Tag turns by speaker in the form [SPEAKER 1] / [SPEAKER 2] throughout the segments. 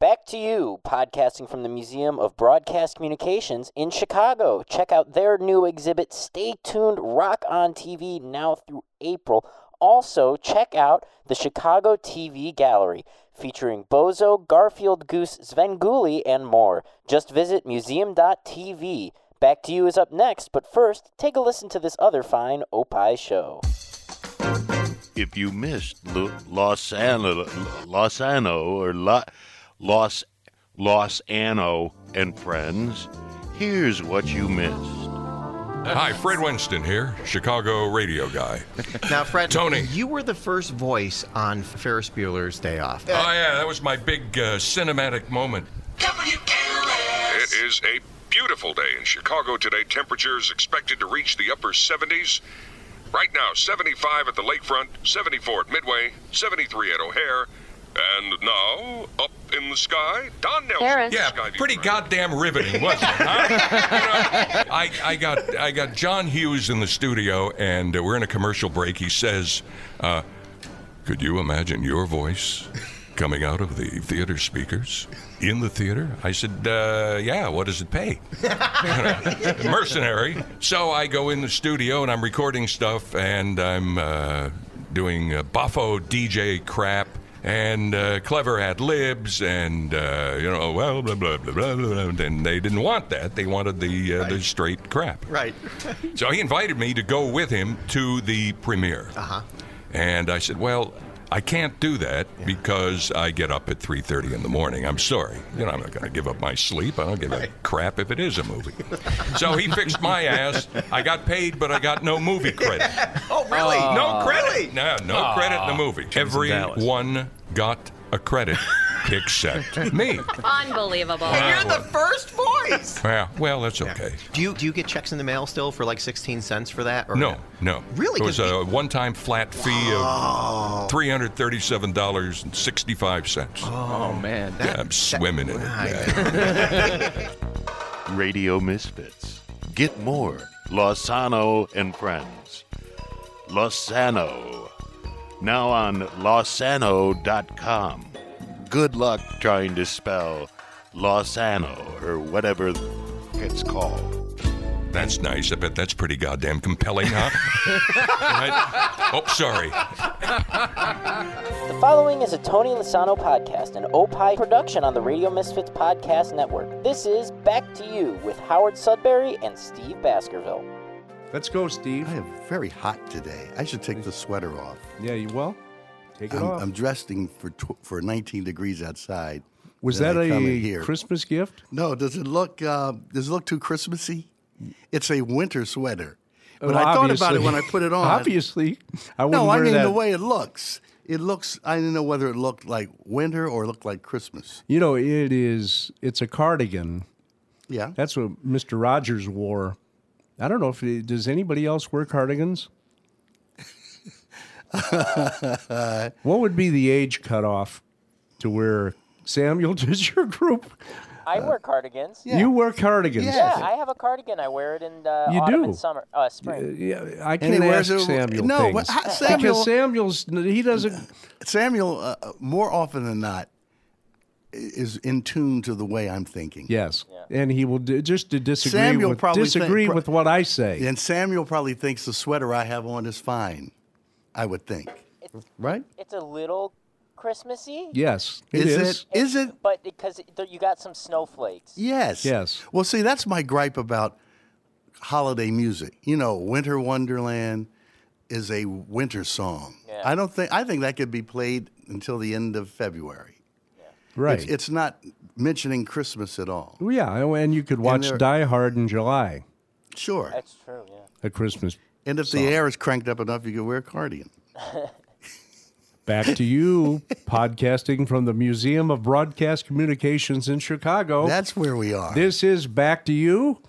[SPEAKER 1] Back to you, podcasting from the Museum of Broadcast Communications in Chicago. Check out their new exhibit, Stay Tuned Rock on TV, now through April. Also, check out the Chicago TV Gallery, featuring Bozo, Garfield Goose, Zvenguli, and more. Just visit museum.tv. Back to you is up next, but first, take a listen to this other fine Opie show.
[SPEAKER 2] If you missed Lo- Los Ano, Los Ano or Lo- Los Los Ano and friends, here's what you missed.
[SPEAKER 3] Hi, Fred Winston here, Chicago radio guy.
[SPEAKER 4] Now, Fred,
[SPEAKER 3] Tony.
[SPEAKER 4] you were the first voice on Ferris Bueller's Day Off.
[SPEAKER 3] Oh, yeah, that was my big uh, cinematic moment.
[SPEAKER 5] It is a beautiful day in Chicago today. Temperatures expected to reach the upper 70s. Right now, 75 at the lakefront, 74 at Midway, 73 at O'Hare, and now up in the sky, Don Nelson.
[SPEAKER 6] Harris.
[SPEAKER 3] Yeah,
[SPEAKER 5] Skyview
[SPEAKER 3] pretty
[SPEAKER 5] Drive.
[SPEAKER 3] goddamn riveting, wasn't it? huh? You know, I, I got I got John Hughes in the studio, and uh, we're in a commercial break. He says, uh, "Could you imagine your voice coming out of the theater speakers in the theater?" I said, uh, "Yeah. What does it pay?" mercenary. So I go in the studio and I'm recording stuff and I'm uh, doing uh, buffo DJ crap and uh, clever ad libs and uh, you know well blah blah blah blah blah. blah. And they didn't want that. They wanted the uh, the straight crap.
[SPEAKER 4] Right.
[SPEAKER 3] So he invited me to go with him to the premiere. Uh-huh. And I said, "Well, I can't do that because I get up at 3:30 in the morning. I'm sorry. You know, I'm not going to give up my sleep. I don't give a crap if it is a movie." so he fixed my ass. I got paid, but I got no movie credit.
[SPEAKER 4] Oh, really?
[SPEAKER 3] no credit. No, no credit in the movie. Everyone got a credit except me.
[SPEAKER 6] Unbelievable.
[SPEAKER 3] You're the
[SPEAKER 4] first voice.
[SPEAKER 3] Yeah, well, that's okay.
[SPEAKER 4] Do you do you get checks in the mail still for like 16 cents for that? Or
[SPEAKER 3] No, no.
[SPEAKER 4] Really? Oh.
[SPEAKER 3] It was
[SPEAKER 4] 'Cause
[SPEAKER 3] a one time flat fee of $337.65.
[SPEAKER 7] Oh man.
[SPEAKER 3] yeah, I'm swimming in it.
[SPEAKER 4] I-
[SPEAKER 3] Yeah.
[SPEAKER 2] Radio Misfits. Get more Losano and friends. Losano. Now on losano.com. Good luck trying to spell Losano or whatever it's called.
[SPEAKER 3] That's nice. I bet that's pretty goddamn compelling, huh? Right? Oh, sorry.
[SPEAKER 1] The following is a Tony Lasano podcast, an Opie production on the Radio Misfits Podcast Network. This is Back to You with Howard Sudbury and Steve Baskerville.
[SPEAKER 8] Let's go, Steve.
[SPEAKER 9] I am very hot today. I should take the sweater off.
[SPEAKER 8] Yeah, you well? Take it
[SPEAKER 9] I'm,
[SPEAKER 8] off.
[SPEAKER 9] I'm dressed in for tw- for 19 degrees outside.
[SPEAKER 8] Was
[SPEAKER 9] Then
[SPEAKER 8] that
[SPEAKER 9] I come in
[SPEAKER 8] a
[SPEAKER 9] here.
[SPEAKER 8] Christmas gift?
[SPEAKER 9] No, does it look uh, does it look too Christmassy? It's a winter sweater. But
[SPEAKER 8] Well,
[SPEAKER 9] I thought about it
[SPEAKER 8] Oh, obviously-
[SPEAKER 9] when I put it on.
[SPEAKER 8] Obviously, I wouldn't
[SPEAKER 9] No, I
[SPEAKER 8] wear
[SPEAKER 9] mean
[SPEAKER 8] that.
[SPEAKER 9] the way it looks. It looks. I didn't know whether it looked like winter or looked like Christmas.
[SPEAKER 8] you know, it is. It's a cardigan.
[SPEAKER 9] Yeah.
[SPEAKER 8] That's what Mister Rogers wore. I don't know if it- does anybody else wear cardigans. what would be the age cutoff to wear? Samuel, does your group?
[SPEAKER 1] I wear cardigans. Yeah,
[SPEAKER 8] Uh, You wear cardigans.
[SPEAKER 9] Yeah.
[SPEAKER 1] I have a cardigan. I wear it in uh,
[SPEAKER 8] You
[SPEAKER 1] autumn
[SPEAKER 8] do?
[SPEAKER 1] and summer, uh, spring.
[SPEAKER 8] Yeah, I
[SPEAKER 9] And he
[SPEAKER 8] can ask
[SPEAKER 9] wears a-
[SPEAKER 8] Samuel
[SPEAKER 9] No,
[SPEAKER 8] things.
[SPEAKER 9] but how- Samuel-
[SPEAKER 8] because Samuel's he doesn't.
[SPEAKER 9] Samuel, uh, more often than not, i- is in tune to the way I'm thinking.
[SPEAKER 8] Yes, and he will d- just to disagree
[SPEAKER 9] Samuel
[SPEAKER 8] with
[SPEAKER 9] probably think-
[SPEAKER 8] disagree
[SPEAKER 9] pro-
[SPEAKER 8] with what I say.
[SPEAKER 9] And Samuel probably thinks the sweater I have on is fine. I would think. Right?
[SPEAKER 1] It's a little Christmassy.
[SPEAKER 8] Yes, it
[SPEAKER 9] Is
[SPEAKER 8] is.
[SPEAKER 9] it? Is it?
[SPEAKER 1] But because it, there- you got some snowflakes.
[SPEAKER 9] Yes.
[SPEAKER 8] Yes.
[SPEAKER 9] Well, see, that's my gripe about holiday music. You know, Winter Wonderland is a winter song. I don't think I think that could be played until the end of February.
[SPEAKER 8] right?
[SPEAKER 9] It's, it's not mentioning Christmas at all.
[SPEAKER 8] Well, yeah, and- and you could watch
[SPEAKER 9] there-
[SPEAKER 8] Die Hard in July,
[SPEAKER 9] Sure.
[SPEAKER 1] That's true. Yeah.
[SPEAKER 8] a Christmas.
[SPEAKER 9] And if the air is cranked up enough, you could wear a cardigan.
[SPEAKER 8] Back to you, podcasting from the Museum of Broadcast Communications in Chicago.
[SPEAKER 9] That's where we are.
[SPEAKER 8] this is back to you,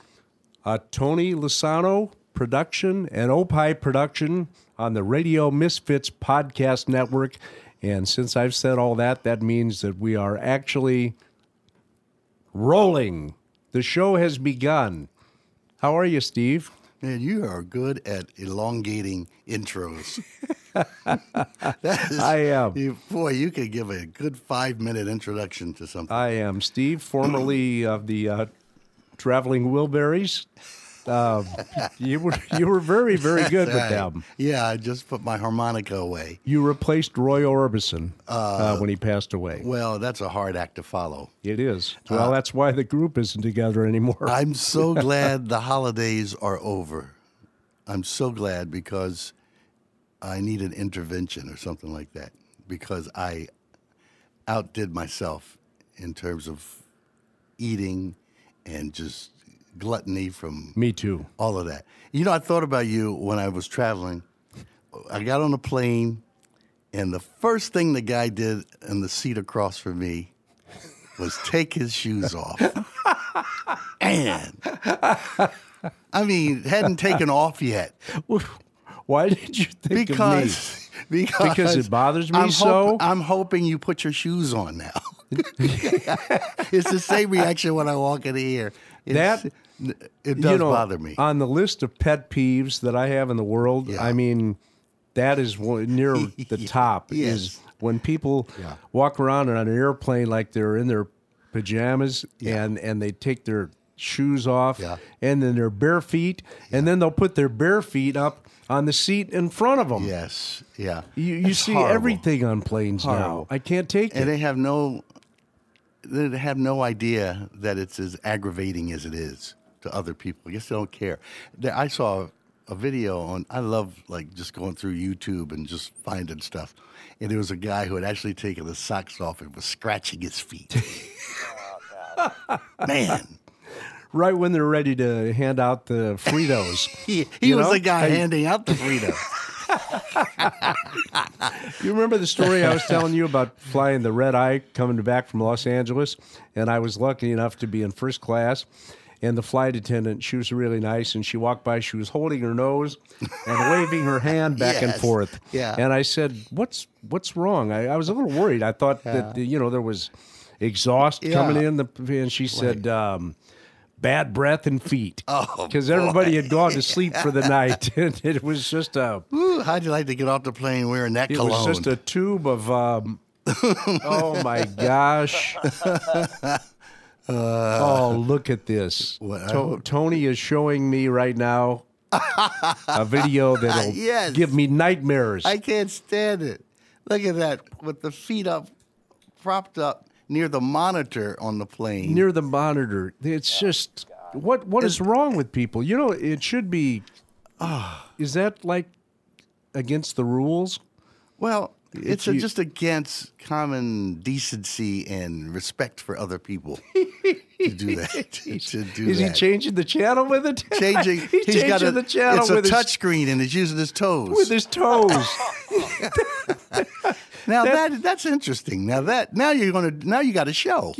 [SPEAKER 8] a Tony Lasano production and Opie production on the Radio Misfits podcast network. And since I've said all that, that means that we are actually rolling. The show has begun. How are you, Steve?
[SPEAKER 9] Man, you are good at elongating intros. That is,
[SPEAKER 8] I am.
[SPEAKER 9] You, boy, you could give a good five minute introduction to something.
[SPEAKER 8] I am Steve, formerly of the uh, Traveling Wilburys. Um, you were you were very very good with
[SPEAKER 9] Right.
[SPEAKER 8] them.
[SPEAKER 9] Yeah, I just put my harmonica away.
[SPEAKER 8] You replaced Roy Orbison uh, when he passed away.
[SPEAKER 9] Well, that's a hard act to follow.
[SPEAKER 8] it is
[SPEAKER 9] uh,
[SPEAKER 8] well. that's why the group isn't together anymore.
[SPEAKER 9] I'm so glad the holidays are over. I'm so glad because I need an intervention or something like that because I outdid myself in terms of eating and just gluttony from
[SPEAKER 8] Me too.
[SPEAKER 9] all of that. You know, I thought about you when I was traveling. I got on a plane, and the first thing the guy did in the seat across from me was take his shoes off. and I mean, hadn't taken off yet
[SPEAKER 8] Why did you think of me?
[SPEAKER 9] because because
[SPEAKER 8] Because it bothers me
[SPEAKER 9] I'm hop-
[SPEAKER 8] so?
[SPEAKER 9] I'm hoping you put your shoes on now. it's the same reaction when I walk in here. It's-
[SPEAKER 8] That-
[SPEAKER 9] it does
[SPEAKER 8] you know,
[SPEAKER 9] bother me.
[SPEAKER 8] On the list of pet peeves that I have in the world,
[SPEAKER 9] Yeah.
[SPEAKER 8] I mean, that is one, near the top. Is
[SPEAKER 9] Yes.
[SPEAKER 8] when people walk around on an airplane like they're in their pajamas and and they take their shoes off
[SPEAKER 9] Yeah.
[SPEAKER 8] and then their bare feet and then they'll put their bare feet up on the seat in front of them.
[SPEAKER 9] yes, yeah.
[SPEAKER 8] You, you
[SPEAKER 9] It's
[SPEAKER 8] see
[SPEAKER 9] horrible.
[SPEAKER 8] everything on planes now.
[SPEAKER 9] Horrible.
[SPEAKER 8] I can't take
[SPEAKER 9] and
[SPEAKER 8] it.
[SPEAKER 9] they have no they have no idea that it's as aggravating as it is to other people. I guess they don't care. There- I saw a video on. I love like just going through YouTube and just finding stuff. And there was a guy who had actually taken his socks off and was scratching his feet. Man,
[SPEAKER 8] Right when they're ready to hand out the Fritos.
[SPEAKER 9] he, he
[SPEAKER 8] You
[SPEAKER 9] was
[SPEAKER 8] know,
[SPEAKER 9] the guy
[SPEAKER 8] I-
[SPEAKER 9] handing out the Fritos.
[SPEAKER 8] You remember the story I was telling you about flying the red eye coming back from Los Angeles? And I was lucky enough to be in first class. And the flight attendant, she was really nice. And she walked by, she was holding her nose and waving her hand back and
[SPEAKER 9] Yes.
[SPEAKER 8] forth.
[SPEAKER 9] Yeah.
[SPEAKER 8] And I said, What's what's wrong? I, I was a little worried. I thought that, you know, there was exhaust
[SPEAKER 9] Yeah.
[SPEAKER 8] coming in. The, and she said, um, Bad breath and feet.
[SPEAKER 9] Oh,
[SPEAKER 8] Because everybody had gone to sleep for the night. And it was just a.
[SPEAKER 9] Ooh, how'd you like to get off the plane wearing that
[SPEAKER 8] It
[SPEAKER 9] cologne?
[SPEAKER 8] was just a tube of. Um, oh my gosh. oh, look at this.
[SPEAKER 9] Uh, What-
[SPEAKER 8] To- Tony is showing me right now a video that'll
[SPEAKER 9] Yes.
[SPEAKER 8] give me nightmares.
[SPEAKER 9] I can't stand it. Look at that with the feet up, propped up near the monitor on the plane.
[SPEAKER 8] Near the monitor. It's just. What What is wrong with people? You know, it should be. is that like against the rules?
[SPEAKER 9] well, it's a-
[SPEAKER 8] you-
[SPEAKER 9] just against common decency and respect for other people to do that. to do
[SPEAKER 8] Is he
[SPEAKER 9] that.
[SPEAKER 8] changing the channel with it?
[SPEAKER 9] changing?
[SPEAKER 8] He's, changing
[SPEAKER 9] got a,
[SPEAKER 8] the channel
[SPEAKER 9] It's a
[SPEAKER 8] with his-
[SPEAKER 9] touchscreen and he's using his toes.
[SPEAKER 8] with his toes.
[SPEAKER 9] now that, that's interesting. Now that now you're gonna now you got a show.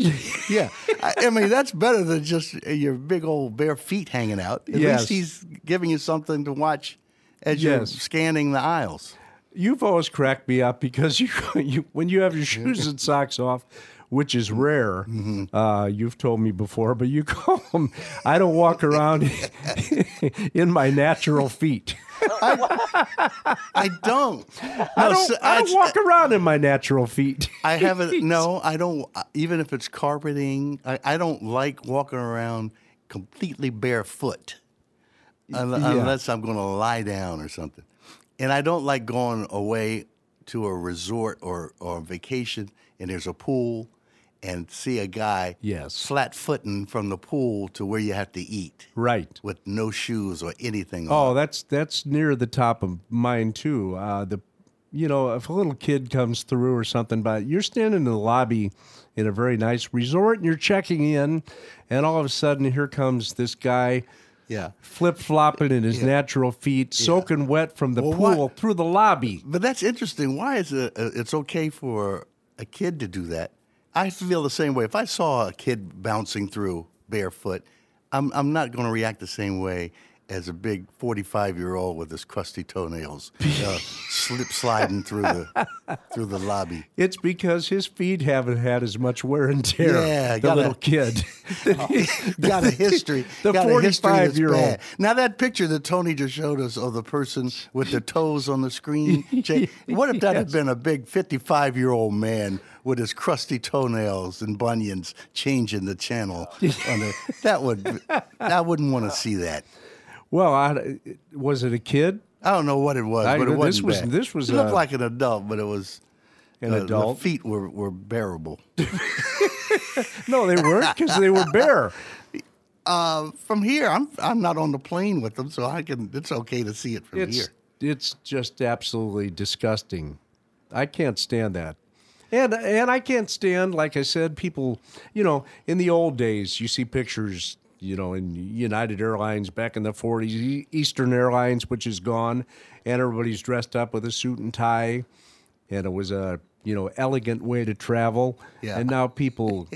[SPEAKER 9] yeah, I, I mean that's better than just uh, your big old bare feet hanging out. At
[SPEAKER 8] Yes.
[SPEAKER 9] least he's giving you something to watch as you're
[SPEAKER 8] Yes.
[SPEAKER 9] scanning the aisles.
[SPEAKER 8] You've always cracked me up because you, you when you have your shoes and socks off, which is rare. Uh, you've told me before, but you call them. I don't walk around in my natural feet.
[SPEAKER 9] I don't.
[SPEAKER 8] I don't, I don't walk around in my natural feet.
[SPEAKER 9] I haven't. No, I don't. uh, Even if it's carpeting, I, I don't like walking around completely barefoot, un- unless I'm going to lie down or something. And I don't like going away to a resort or or vacation and there's a pool and see a guy
[SPEAKER 8] Yes.
[SPEAKER 9] flat footing from the pool to where you have to eat
[SPEAKER 8] Right.
[SPEAKER 9] with no shoes or anything on.
[SPEAKER 8] Oh, that's that's near the top of mine too. Uh, the you know, if a little kid comes through or something, but you're standing in the lobby in a very nice resort and you're checking in, and all of a sudden here comes this guy
[SPEAKER 9] Yeah.
[SPEAKER 8] flip flopping in his natural feet, soaking wet from the
[SPEAKER 9] what-
[SPEAKER 8] pool through the lobby.
[SPEAKER 9] But that's interesting. Why is it, uh, it's okay for a kid to do that? I feel the same way. If I saw a kid bouncing through barefoot, I'm, I'm not going to react the same way as a big 45 year old with his crusty toenails uh, slip sliding through the through the lobby.
[SPEAKER 8] It's because his feet haven't had as much wear and tear.
[SPEAKER 9] Yeah,
[SPEAKER 8] the
[SPEAKER 9] gotta-
[SPEAKER 8] little kid.
[SPEAKER 9] Got a history.
[SPEAKER 8] The
[SPEAKER 9] got a history that's
[SPEAKER 8] 45-year-old.
[SPEAKER 9] bad. Now that picture that Tony just showed us of the person with the toes on the screen, Jake, what if that had been a big 55 year old man with his crusty toenails and bunions changing the channel? on the, that would I wouldn't want to see that.
[SPEAKER 8] well, I, was it a kid?
[SPEAKER 9] I don't know what it was,
[SPEAKER 8] I-
[SPEAKER 9] but it
[SPEAKER 8] this
[SPEAKER 9] wasn't
[SPEAKER 8] was-
[SPEAKER 9] bad.
[SPEAKER 8] this was
[SPEAKER 9] It looked
[SPEAKER 8] a-
[SPEAKER 9] like an adult, but it was
[SPEAKER 8] An
[SPEAKER 9] uh,
[SPEAKER 8] adult?
[SPEAKER 9] The feet were, were bearable.
[SPEAKER 8] No, they weren't because they were bare.
[SPEAKER 9] from here, I'm I'm not on the plane with them, so I can. It's okay to see it from
[SPEAKER 8] It's
[SPEAKER 9] here.
[SPEAKER 8] it's just absolutely disgusting. I can't stand that. And and I can't stand, like I said, people. You know, in the old days, you see pictures. You know, in United Airlines back in the '40s, E- Eastern Airlines, which is gone, and everybody's dressed up with a suit and tie, and it was a you know elegant way to travel.
[SPEAKER 9] Yeah.
[SPEAKER 8] And now people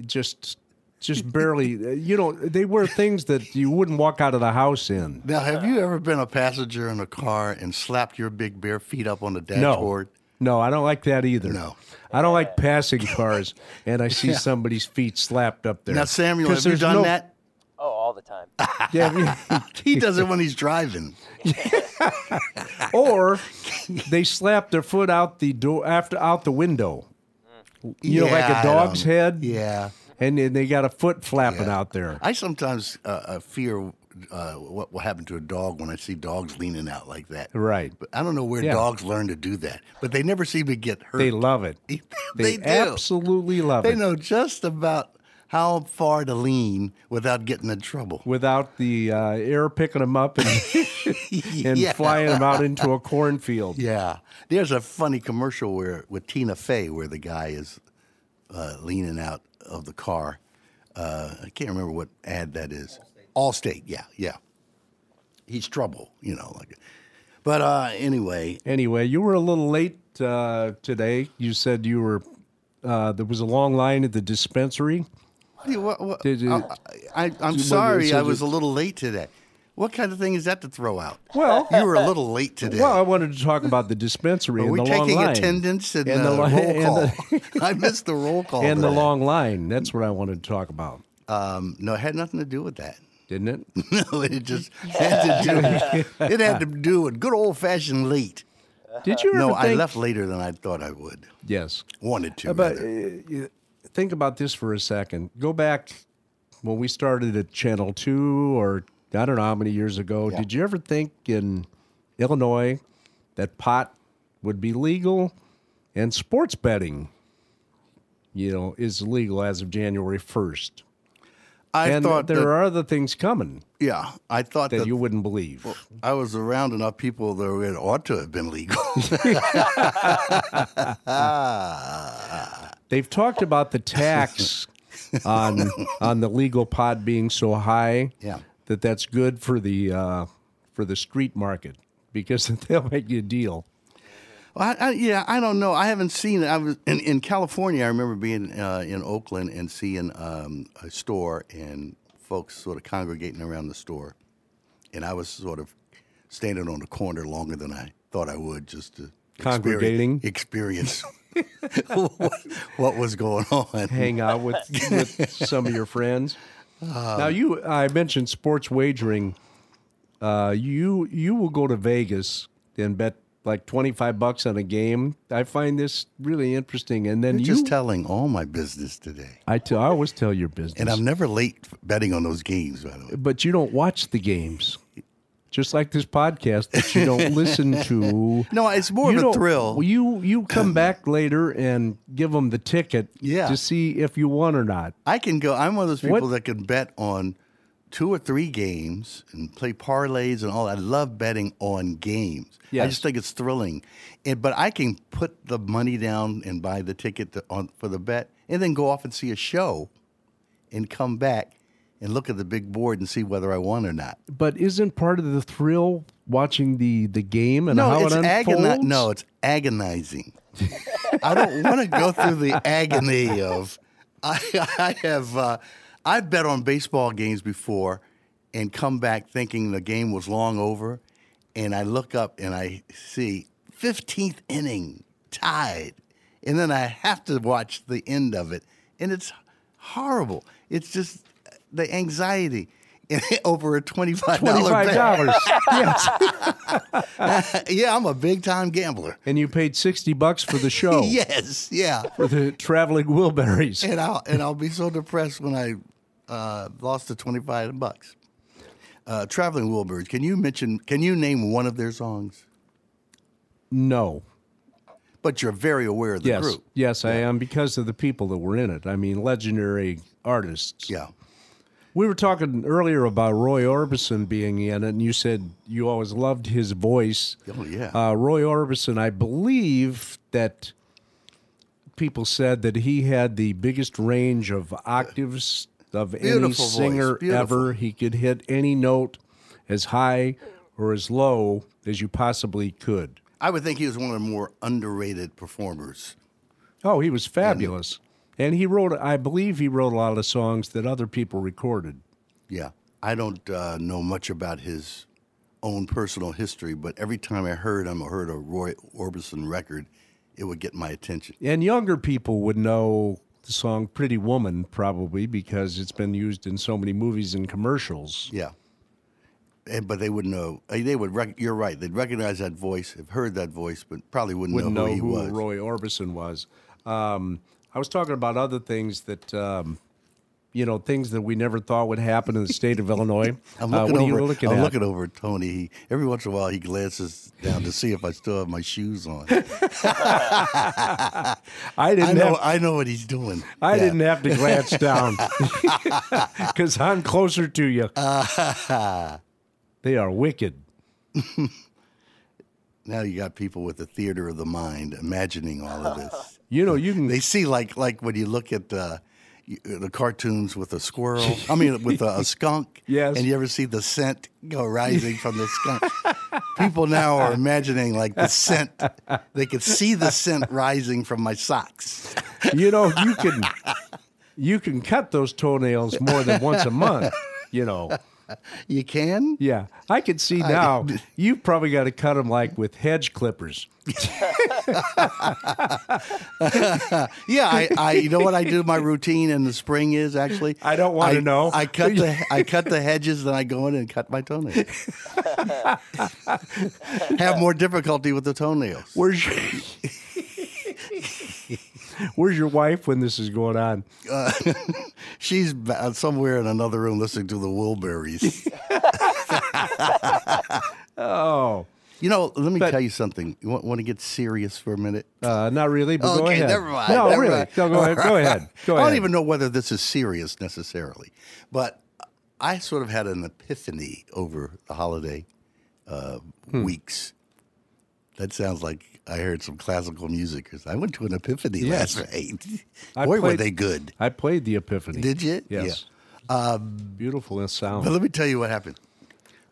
[SPEAKER 8] just just barely, you know, they wear things that you wouldn't walk out of the house in.
[SPEAKER 9] Now, have you ever been a passenger in a car and slapped your big bare feet up on the dashboard?
[SPEAKER 8] No, I don't like that either.
[SPEAKER 9] No.
[SPEAKER 8] I don't like passing cars and I see somebody's feet slapped up there.
[SPEAKER 9] Now, Samuel,
[SPEAKER 8] 'Cause
[SPEAKER 9] have you
[SPEAKER 8] there's
[SPEAKER 9] done
[SPEAKER 8] no-
[SPEAKER 9] that?
[SPEAKER 1] Oh, all the time.
[SPEAKER 8] Yeah, yeah.
[SPEAKER 9] He does it when he's driving.
[SPEAKER 8] or they slap their foot out the door after out the window. You know, like
[SPEAKER 9] Yeah,
[SPEAKER 8] a
[SPEAKER 9] I
[SPEAKER 8] dog's
[SPEAKER 9] don't-
[SPEAKER 8] head.
[SPEAKER 9] Yeah.
[SPEAKER 8] And then they got a foot flapping out there.
[SPEAKER 9] I sometimes uh, uh, fear uh, what will happen to a dog when I see dogs leaning out like that.
[SPEAKER 8] Right.
[SPEAKER 9] But I don't know where
[SPEAKER 8] Yeah.
[SPEAKER 9] dogs learn to do that, but they never seem to get hurt.
[SPEAKER 8] They love it. They,
[SPEAKER 9] They do.
[SPEAKER 8] absolutely love
[SPEAKER 9] They
[SPEAKER 8] it.
[SPEAKER 9] know just about how far to lean without getting in trouble.
[SPEAKER 8] Without the uh, air picking them up and, and
[SPEAKER 9] Yeah.
[SPEAKER 8] flying them out into a cornfield.
[SPEAKER 9] Yeah, there's a funny commercial where with Tina Fey where the guy is uh, leaning out of the car. Uh, I can't remember what ad that is. Allstate, yeah, yeah. He's trouble, you know. Like, but uh, anyway,
[SPEAKER 8] Anyway, you were a little late uh, today. You said you were. Uh, there was a long line at the dispensary.
[SPEAKER 9] what, what,
[SPEAKER 8] Did you-
[SPEAKER 9] I, I, I'm
[SPEAKER 8] you-
[SPEAKER 9] sorry,
[SPEAKER 8] so
[SPEAKER 9] I was
[SPEAKER 8] did-
[SPEAKER 9] a little late today. What kind of thing is that to throw out?
[SPEAKER 8] Well,
[SPEAKER 9] You were a little late today.
[SPEAKER 8] well, I wanted to talk about the dispensary
[SPEAKER 9] Are
[SPEAKER 8] and
[SPEAKER 9] we
[SPEAKER 8] the long
[SPEAKER 9] taking
[SPEAKER 8] line
[SPEAKER 9] attendance and,
[SPEAKER 8] And
[SPEAKER 9] uh,
[SPEAKER 8] the li-
[SPEAKER 9] roll
[SPEAKER 8] and
[SPEAKER 9] call?
[SPEAKER 8] the-
[SPEAKER 9] I missed the roll call.
[SPEAKER 8] and the
[SPEAKER 9] today.
[SPEAKER 8] long line. That's what I wanted to talk about,
[SPEAKER 9] Um, no, it had nothing to do with that.
[SPEAKER 8] didn't it?
[SPEAKER 9] No, it just had to do. It had to do with good old fashioned late.
[SPEAKER 8] Did you ever
[SPEAKER 9] Uh-huh. No,
[SPEAKER 8] think?
[SPEAKER 9] I left later than I thought I would.
[SPEAKER 8] Yes,
[SPEAKER 9] Wanted to.
[SPEAKER 8] but uh,
[SPEAKER 9] rather.
[SPEAKER 8] you- think about this for a second. Go back when we started at Channel Two, or I don't know how many years ago. Did you ever think in Illinois that pot would be legal and sports betting, you know, is legal as of January first?
[SPEAKER 9] I
[SPEAKER 8] and
[SPEAKER 9] thought
[SPEAKER 8] there
[SPEAKER 9] that,
[SPEAKER 8] are other things coming
[SPEAKER 9] Yeah, I thought
[SPEAKER 8] that
[SPEAKER 9] that
[SPEAKER 8] you wouldn't believe.
[SPEAKER 9] I was around enough people that it ought to have been legal.
[SPEAKER 8] They've talked about the tax on on the legal pot being so high
[SPEAKER 9] Yeah.
[SPEAKER 8] that that's good for the uh, for the street market because they'll make you a deal.
[SPEAKER 9] Well, I, I, yeah, I don't know. I haven't seen it. I was in, in California. I remember being uh, in Oakland and seeing um, a store and folks sort of congregating around the store, and I was sort of standing on the corner longer than I thought I would just to
[SPEAKER 8] Congregating?
[SPEAKER 9] experience, experience what, what was going on.
[SPEAKER 8] Hang out with, with some of your friends.
[SPEAKER 9] Uh,
[SPEAKER 8] now you, I mentioned sports wagering. Uh, you you will go to Vegas and bet like twenty five bucks on a game. I find this really interesting, and then
[SPEAKER 9] You're
[SPEAKER 8] you.
[SPEAKER 9] just telling all my business today,
[SPEAKER 8] I tell, I always tell your business.
[SPEAKER 9] and I'm never late betting on those games. By the way,
[SPEAKER 8] but you don't watch the games. Just like this podcast that you don't listen to.
[SPEAKER 9] No, it's more
[SPEAKER 8] You
[SPEAKER 9] of a
[SPEAKER 8] don't-
[SPEAKER 9] thrill.
[SPEAKER 8] well, You you come back later and give them the ticket
[SPEAKER 9] Yeah.
[SPEAKER 8] to see if you won or not.
[SPEAKER 9] I can go. I'm one of those
[SPEAKER 8] What-
[SPEAKER 9] people that can bet on two or three games and play parlays and all. I love betting on games. I
[SPEAKER 8] Yes.
[SPEAKER 9] just think it's thrilling. And, but I can put the money down and buy the ticket to, on, for the bet, and then go off and see a show, and come back and look at the big board and see whether I won or not.
[SPEAKER 8] But isn't part of the thrill watching the the game and how
[SPEAKER 9] it's
[SPEAKER 8] it unfolds?
[SPEAKER 9] agoni- No, it's agonizing. I don't want to go through the agony of. I, I have. Uh, I've bet on baseball games before, and come back thinking the game was long over. And I look up and I see 15th inning tied. And then I have to watch the end of it. And it's horrible. It's just uh, the anxiety over a $25,
[SPEAKER 8] Twenty-five
[SPEAKER 9] bet.
[SPEAKER 8] dollars. yes,
[SPEAKER 9] yeah, I'm a big time gambler.
[SPEAKER 8] and you paid sixty bucks for the show
[SPEAKER 9] Yes, yeah.
[SPEAKER 8] for the traveling Wilburys.
[SPEAKER 9] and I'll and I'll be so depressed when I uh, lost the twenty five bucks. Uh, Traveling Wilburys. Can you mention? Can you name one of their songs?
[SPEAKER 8] No.
[SPEAKER 9] But you're very aware of the
[SPEAKER 8] Yes.
[SPEAKER 9] group.
[SPEAKER 8] Yes, I am because of the people that were in it. I mean, legendary artists.
[SPEAKER 9] Yeah.
[SPEAKER 8] We were talking earlier about Roy Orbison being in it, and you said you always loved his voice.
[SPEAKER 9] Oh yeah.
[SPEAKER 8] Uh, Roy Orbison, I believe that people said that he had the biggest range of octaves of any
[SPEAKER 9] Beautiful voice,
[SPEAKER 8] singer
[SPEAKER 9] beautiful.
[SPEAKER 8] ever. He could hit any note as high or as low as you possibly could.
[SPEAKER 9] I would think he was one of the more underrated performers.
[SPEAKER 8] Oh, he was fabulous. And he wrote, I believe he wrote a lot of songs that other people recorded.
[SPEAKER 9] Yeah. I don't uh, know much about his own personal history, but every time I heard him or heard a Roy Orbison record, it would get my attention.
[SPEAKER 8] And younger people would know the song Pretty Woman probably because it's been used in so many movies and commercials.
[SPEAKER 9] Yeah. And, but they wouldn't know. uh, They would. Rec- you're right. They'd recognize that voice, have heard that voice, but probably wouldn't,
[SPEAKER 8] Wouldn't
[SPEAKER 9] know,
[SPEAKER 8] know
[SPEAKER 9] who
[SPEAKER 8] who
[SPEAKER 9] he was.
[SPEAKER 8] Roy Orbison was. Um, I was talking about other things that, um, you know, things that we never thought would happen in the state of Illinois.
[SPEAKER 9] I'm
[SPEAKER 8] Uh,
[SPEAKER 9] looking
[SPEAKER 8] what
[SPEAKER 9] over.
[SPEAKER 8] are you looking
[SPEAKER 9] I'm
[SPEAKER 8] at?
[SPEAKER 9] looking over at Tony. He, every once in a while, he glances down to see if I still have my shoes on.
[SPEAKER 8] I didn't
[SPEAKER 9] I know.
[SPEAKER 8] have
[SPEAKER 9] I know what he's doing.
[SPEAKER 8] I
[SPEAKER 9] Yeah.
[SPEAKER 8] didn't have to glance down because I'm closer to you. they are wicked.
[SPEAKER 9] Now you got people with the theater of the mind imagining all of this.
[SPEAKER 8] You know, you can.
[SPEAKER 9] they see like like when you look at the the cartoons with a squirrel. I mean, with a, a skunk.
[SPEAKER 8] Yes.
[SPEAKER 9] And you ever see the scent go rising from the skunk? People now are imagining like the scent. They could see the scent rising from my socks.
[SPEAKER 8] you know, you can. You can cut those toenails more than once a month. You know.
[SPEAKER 9] You can.
[SPEAKER 8] Yeah, I can see now. You've probably got to cut them like with hedge clippers.
[SPEAKER 9] Yeah, I, I you know what I do my routine in the spring is actually
[SPEAKER 8] I don't wanna
[SPEAKER 9] I-
[SPEAKER 8] know.
[SPEAKER 9] I cut the I cut the hedges, then I go in and cut my toenails. Have more difficulty with the toenails.
[SPEAKER 8] Where's your Where's your wife when this is going on?
[SPEAKER 9] She's ba- uh, somewhere in another room listening to the Wilburys.
[SPEAKER 8] Oh,
[SPEAKER 9] You know, let me
[SPEAKER 8] But-
[SPEAKER 9] tell you something. You want, want to get serious for a minute?
[SPEAKER 8] uh, not really. But go
[SPEAKER 9] okay,
[SPEAKER 8] ahead.
[SPEAKER 9] never mind.
[SPEAKER 8] No,
[SPEAKER 9] never
[SPEAKER 8] really.
[SPEAKER 9] mind.
[SPEAKER 8] No, go ahead. Go ahead. Go
[SPEAKER 9] I
[SPEAKER 8] ahead.
[SPEAKER 9] don't even know whether this is serious necessarily, but I sort of had an epiphany over the holiday uh,
[SPEAKER 8] Hmm.
[SPEAKER 9] weeks. That sounds like I heard some classical music. 'cause I went to an epiphany
[SPEAKER 8] Yes.
[SPEAKER 9] last night.
[SPEAKER 8] I
[SPEAKER 9] Boy, were
[SPEAKER 8] played-
[SPEAKER 9] they good.
[SPEAKER 8] I played the Epiphany.
[SPEAKER 9] Did you?
[SPEAKER 8] Yes. Beautiful in
[SPEAKER 9] But
[SPEAKER 8] sound.
[SPEAKER 9] let me tell you what happened.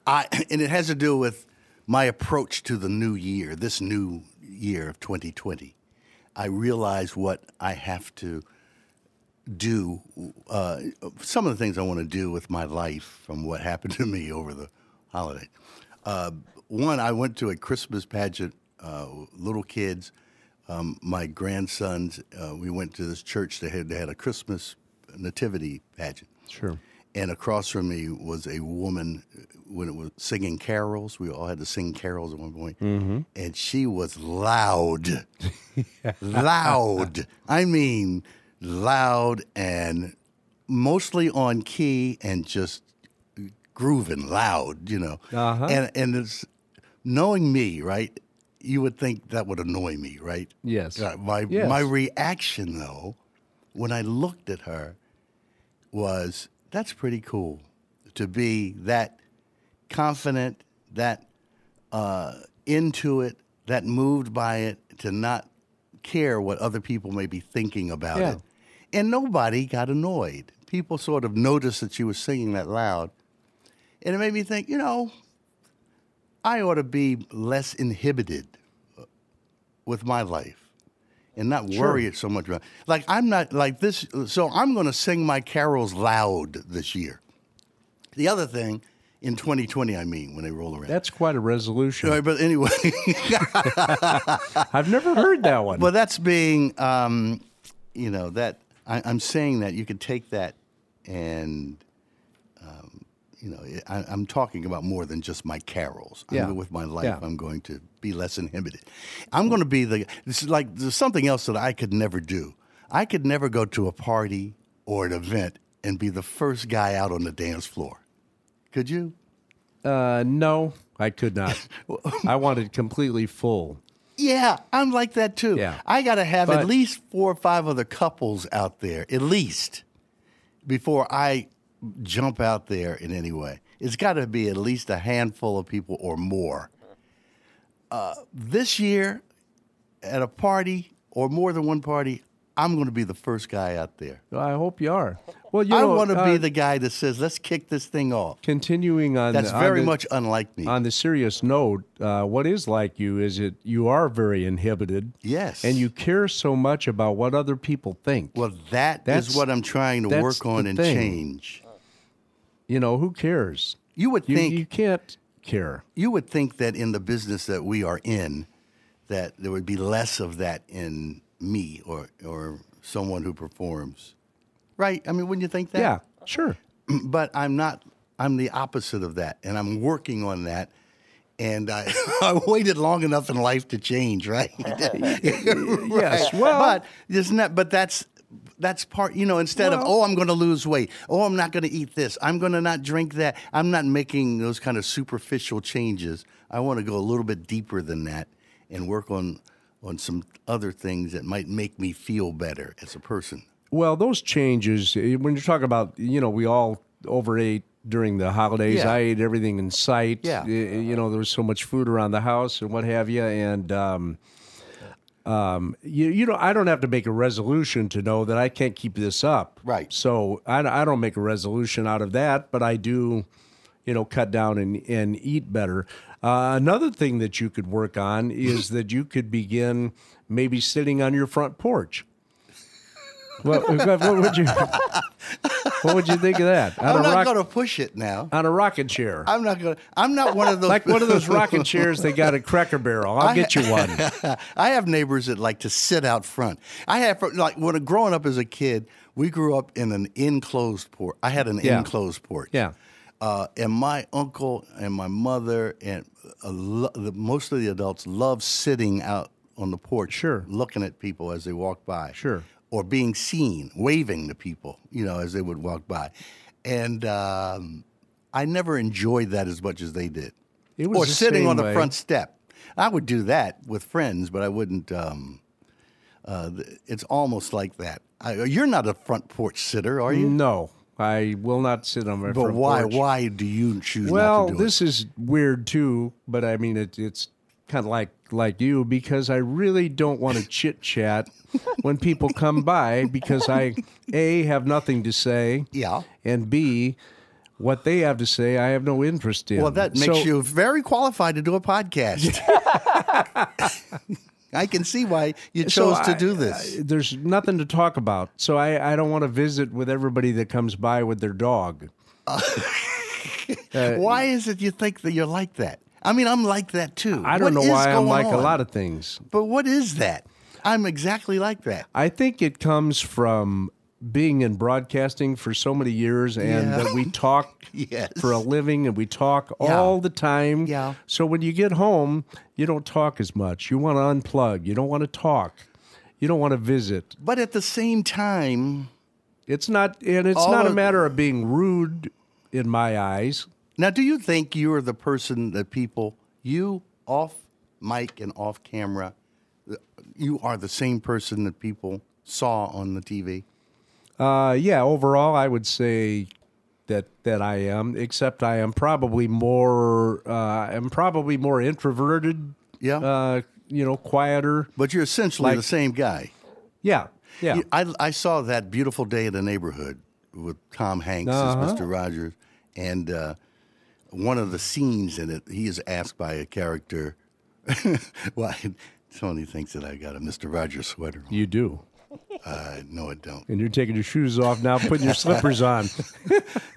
[SPEAKER 9] I and it has to do with my approach to the new year, this new year of 2020. I realize what I have to do, uh, some of the things I want to do with my life from what happened to me over the holiday. Uh, one, I went to a Christmas pageant, uh, little kids, um, my grandsons. Uh, we went to this church that had, they had a Christmas nativity pageant.
[SPEAKER 8] Sure.
[SPEAKER 9] And across from me was a woman uh, when it was singing carols. We all had to sing carols at one point.
[SPEAKER 8] Mm-hmm.
[SPEAKER 9] And she was loud. loud. I mean, loud and mostly on key and just grooving loud, you know.
[SPEAKER 8] Uh-huh.
[SPEAKER 9] And, and it's knowing me, right? You would think that would annoy me, right?
[SPEAKER 8] Yes.
[SPEAKER 9] Uh, my
[SPEAKER 8] Yes.
[SPEAKER 9] my reaction though, when I looked at her, was that's pretty cool to be that confident, that uh, into it, that moved by it, to not care what other people may be thinking about
[SPEAKER 8] Yeah.
[SPEAKER 9] it. And nobody got annoyed. People sort of noticed that she was singing that loud. And it made me think, you know, I ought to be less inhibited with my life and not worry so much about like i'm not like this so i'm going to sing my carols loud this year The other thing, in 2020, I mean, when they roll around.
[SPEAKER 8] That's quite a resolution.
[SPEAKER 9] All right, but anyway,
[SPEAKER 8] I've never heard that one.
[SPEAKER 9] but that's being, um, you know, that I, I'm saying that you could take that and, um, you know, I, I'm talking about more than just my carols. I'm
[SPEAKER 8] Yeah.
[SPEAKER 9] go- with my life.
[SPEAKER 8] Yeah.
[SPEAKER 9] I'm going to be less inhibited. I'm going to be the. This is like there's something else that I could never do. I could never go to a party or an event and be the first guy out on the dance floor. Could you?
[SPEAKER 8] uh, no, I could not. I wanted completely full.
[SPEAKER 9] Yeah, I'm like that too.
[SPEAKER 8] Yeah.
[SPEAKER 9] I got to have
[SPEAKER 8] But-
[SPEAKER 9] at least four or five other couples out there, at least, before I jump out there in any way. It's got to be at least a handful of people or more. Uh, this year, at a party or more than one party, I'm going to be the first guy out there.
[SPEAKER 8] I hope you are. Well, you
[SPEAKER 9] I
[SPEAKER 8] know,
[SPEAKER 9] want to
[SPEAKER 8] uh,
[SPEAKER 9] be the guy that says, let's kick this thing off.
[SPEAKER 8] continuing on.
[SPEAKER 9] That's
[SPEAKER 8] the- on
[SPEAKER 9] very
[SPEAKER 8] the-
[SPEAKER 9] much unlike me.
[SPEAKER 8] on the serious note, uh, what is like you is it you are very inhibited.
[SPEAKER 9] Yes.
[SPEAKER 8] And you care so much about what other people think.
[SPEAKER 9] well, that is
[SPEAKER 8] That's-
[SPEAKER 9] what I'm trying to
[SPEAKER 8] that's
[SPEAKER 9] work on
[SPEAKER 8] the
[SPEAKER 9] and
[SPEAKER 8] thing.
[SPEAKER 9] change.
[SPEAKER 8] you know, who cares?
[SPEAKER 9] You would
[SPEAKER 8] You,
[SPEAKER 9] think
[SPEAKER 8] you can't care.
[SPEAKER 9] you would think that in the business that we are in, that there would be less of that in me or or someone who performs, right? I mean, wouldn't you think that?
[SPEAKER 8] Yeah, sure.
[SPEAKER 9] But I'm not. I'm the opposite of that, and I'm working on that. And I, I waited long enough in life to change, right? yes.
[SPEAKER 8] well-
[SPEAKER 9] but isn't that? But that's that's part. You know, instead of oh, I'm going to lose weight. Oh, I'm not going to eat this. I'm going to not drink that. I'm not making those kind of superficial changes. I want to go a little bit deeper than that and work on on some other things that might make me feel better as a person.
[SPEAKER 8] Well, those changes eh, when you're talking about, you know, we all overate during the holidays.
[SPEAKER 9] Yeah.
[SPEAKER 8] I ate everything in sight.
[SPEAKER 9] Yeah.
[SPEAKER 8] Eh, eh, You know, there was so much food around the house and what have you, and. Um, um, you, you know, I don't have to make a resolution to know that I can't keep this up.
[SPEAKER 9] Right.
[SPEAKER 8] So I, I don't make a resolution out of that, but I do, you know, cut down and, and eat better. Uh, another thing that you could work on is that you could begin maybe sitting on your front porch. What, what, what would you What would you think of that? On
[SPEAKER 9] I'm
[SPEAKER 8] a
[SPEAKER 9] not
[SPEAKER 8] rock-
[SPEAKER 9] going to push it now.
[SPEAKER 8] on a rocking chair.
[SPEAKER 9] I'm not gonna. I'm not one of those.
[SPEAKER 8] like one of those rocking chairs they got at Cracker Barrel. I'll get you one.
[SPEAKER 9] I have neighbors that like to sit out front. I have like when growing up as a kid, we grew up in an enclosed porch. I had an
[SPEAKER 8] Yeah.
[SPEAKER 9] enclosed porch.
[SPEAKER 8] Yeah.
[SPEAKER 9] Uh, and my uncle and my mother and a lo- the, most of the adults love sitting out on the porch,
[SPEAKER 8] Sure.
[SPEAKER 9] looking at people as they walk by,
[SPEAKER 8] Sure.
[SPEAKER 9] or being seen waving to people, you know, as they would walk by, and um, I never enjoyed that as much as they did
[SPEAKER 8] It was
[SPEAKER 9] or
[SPEAKER 8] the
[SPEAKER 9] sitting
[SPEAKER 8] same
[SPEAKER 9] on the
[SPEAKER 8] way.
[SPEAKER 9] front step. I would do that with friends, but I wouldn't. Um, uh, th- it's almost like that. I, you're not a front porch sitter, are you?
[SPEAKER 8] No, I will Mm, not sit on my
[SPEAKER 9] but
[SPEAKER 8] front
[SPEAKER 9] why?
[SPEAKER 8] porch.
[SPEAKER 9] Why do you choose
[SPEAKER 8] Well,
[SPEAKER 9] not to do
[SPEAKER 8] this is weird too, but I mean it, it's kind of like like you because I really don't want to chit chat when people come by because I a have nothing to say,
[SPEAKER 9] it? Yeah.
[SPEAKER 8] and b what they have to say I have no interest in.
[SPEAKER 9] Well, that makes
[SPEAKER 8] So-
[SPEAKER 9] you very qualified to do a podcast. I can see why you
[SPEAKER 8] so
[SPEAKER 9] chose to
[SPEAKER 8] I- uh,
[SPEAKER 9] do this.
[SPEAKER 8] I- there's nothing to talk about, so I, I don't want to visit with everybody that comes by with their dog. Uh,
[SPEAKER 9] why is it you think that you're like that? I mean, I'm like that too.
[SPEAKER 8] I don't
[SPEAKER 9] What
[SPEAKER 8] know
[SPEAKER 9] is
[SPEAKER 8] why I'm
[SPEAKER 9] going
[SPEAKER 8] like a
[SPEAKER 9] on?
[SPEAKER 8] lot of things.
[SPEAKER 9] But what is that? I'm exactly like that.
[SPEAKER 8] I think it comes from being in broadcasting for so many years and
[SPEAKER 9] Yeah.
[SPEAKER 8] that we talk
[SPEAKER 9] Yes.
[SPEAKER 8] for a living and we talk
[SPEAKER 9] Yeah.
[SPEAKER 8] all the time.
[SPEAKER 9] Yeah.
[SPEAKER 8] So when you get home, you don't talk as much. You want to unplug. You don't want to talk. You don't want to visit.
[SPEAKER 9] But at the same time,
[SPEAKER 8] It's not and it's
[SPEAKER 9] All
[SPEAKER 8] not a
[SPEAKER 9] of-
[SPEAKER 8] matter of being rude in my eyes.
[SPEAKER 9] Now, do you think you are the person that people, you off mic and off camera, uh, you are the same person that people saw on the TV?
[SPEAKER 8] Uh, yeah, overall, I would say that that I am. Except I am probably more. Uh, I'm probably more introverted.
[SPEAKER 9] Yeah.
[SPEAKER 8] Uh, you know, quieter.
[SPEAKER 9] But you're essentially the same guy.
[SPEAKER 8] Yeah. Yeah.
[SPEAKER 9] You- I, I saw that beautiful day in the neighborhood with Tom Hanks as Mr. Rogers, and uh, one of the scenes in it, he is asked by a character, "Why Tony thinks that I got a Mr. Rogers sweater on."
[SPEAKER 8] you do.
[SPEAKER 9] Uh, no, it don't.
[SPEAKER 8] And you're taking your shoes off now, putting your slippers on.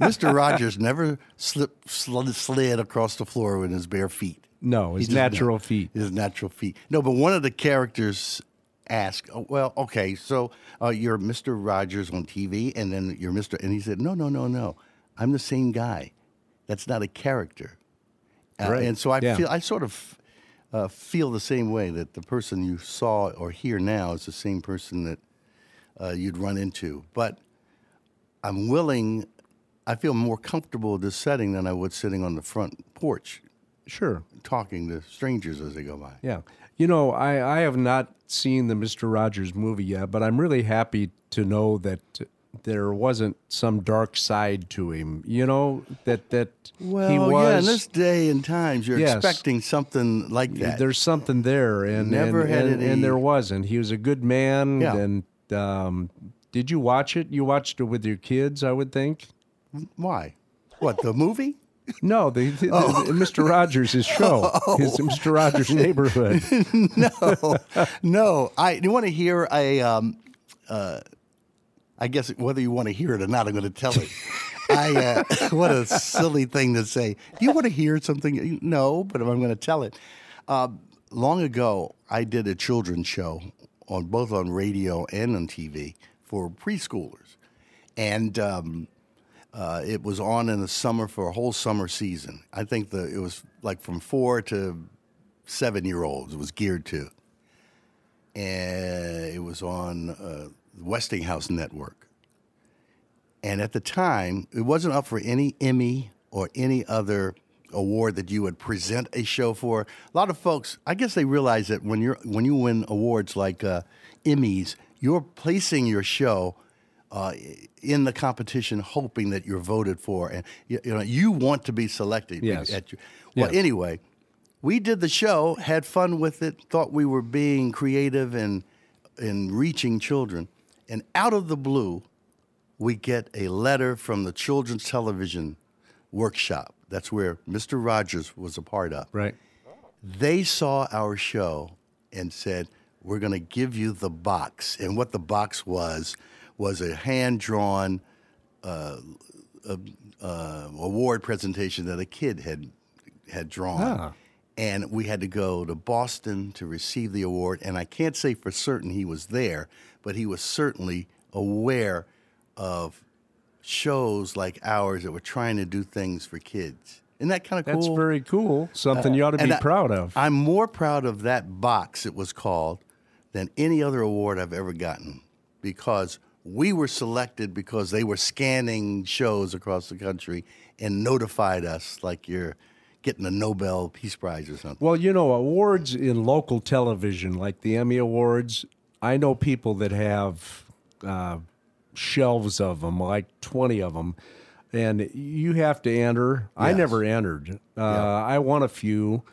[SPEAKER 9] Mr. Rogers never slip, slid, slid across the floor with his bare feet.
[SPEAKER 8] No,
[SPEAKER 9] He
[SPEAKER 8] his
[SPEAKER 9] just
[SPEAKER 8] natural
[SPEAKER 9] never-
[SPEAKER 8] feet.
[SPEAKER 9] His natural feet. No, but one of the characters asked, oh, "Well, okay, so uh, you're Mr. Rogers on TV, and then you're Mr." And he said, "No, no, no, no. I'm the same guy. That's not a character." Uh,
[SPEAKER 8] Right.
[SPEAKER 9] And so I
[SPEAKER 8] Yeah.
[SPEAKER 9] feel I sort of uh, feel the same way that the person you saw or hear now is the same person that uh, you'd run into. But I'm willing. I feel more comfortable in this setting than I would sitting on the front porch
[SPEAKER 8] Sure.
[SPEAKER 9] talking to strangers as they go by.
[SPEAKER 8] Yeah. You know, I, I have not seen the Mr. Rogers movie yet, but I'm really happy to know that there wasn't some dark side to him. You know, that that
[SPEAKER 9] Well,
[SPEAKER 8] he
[SPEAKER 9] yeah, in
[SPEAKER 8] was
[SPEAKER 9] this day and times, you're
[SPEAKER 8] Yes.
[SPEAKER 9] expecting something like that.
[SPEAKER 8] there's something there and
[SPEAKER 9] Never
[SPEAKER 8] and,
[SPEAKER 9] had
[SPEAKER 8] and,
[SPEAKER 9] any-
[SPEAKER 8] and there wasn't. He was a good man
[SPEAKER 9] Yeah.
[SPEAKER 8] and um did you watch it? You watched it with your kids, I would think.
[SPEAKER 9] Why? What the movie?
[SPEAKER 8] No, the, the,
[SPEAKER 9] Oh.
[SPEAKER 8] the- Mr. Rogers' his show, his Mr. Rogers' neighborhood.
[SPEAKER 9] no, no. I you want to hear a. Um, uh, I guess whether you want to hear it or not, I'm going to tell it. I uh, what a silly thing to say. Do you want to hear something? No, but I'm going to tell it. Um, long ago, I did a children's show on both on radio and on TV for preschoolers, and um, uh, it was on in the summer for a whole summer season. I think the it was like from four to seven year olds it was geared to. And it was on uh, Westinghouse Network. And at the time, it wasn't up for any Emmy or any other award that you would present a show for. A lot of folks, I guess they realize that when you're when you win awards like uh, Emmys, you're placing your show uh, in the competition, hoping that you're voted for, and you, you know you want to be selected.
[SPEAKER 8] Yes.
[SPEAKER 9] At your, well,
[SPEAKER 8] Yes.
[SPEAKER 9] anyway, we did the show, had fun with it, thought we were being creative and and reaching children, and out of the blue we get a letter from the Children's Television Workshop. That's where Mr. Rogers was a part of.
[SPEAKER 8] Right.
[SPEAKER 9] They saw our show and said, We're going to give you the box. And what the box was, was a hand drawn uh, award presentation that a kid had had drawn, and we had to go to Boston to receive the award. And I can't say for certain he was there, but he was certainly aware of shows like ours that were trying to do things for kids. Isn't that kind of cool? Uh,
[SPEAKER 8] That's very cool. Something you ought to be
[SPEAKER 9] And I-
[SPEAKER 8] proud of.
[SPEAKER 9] I'm more proud of that box, it was called, than any other award I've ever gotten because we were selected because they were scanning shows across the country and notified us like you're getting a Nobel Peace Prize or something.
[SPEAKER 8] Well, you know, awards in local television, like the Emmy Awards, I know people that have uh, shelves of them, like 20 of them. And you have to enter. I
[SPEAKER 9] Yes.
[SPEAKER 8] never entered. Uh, I won a few,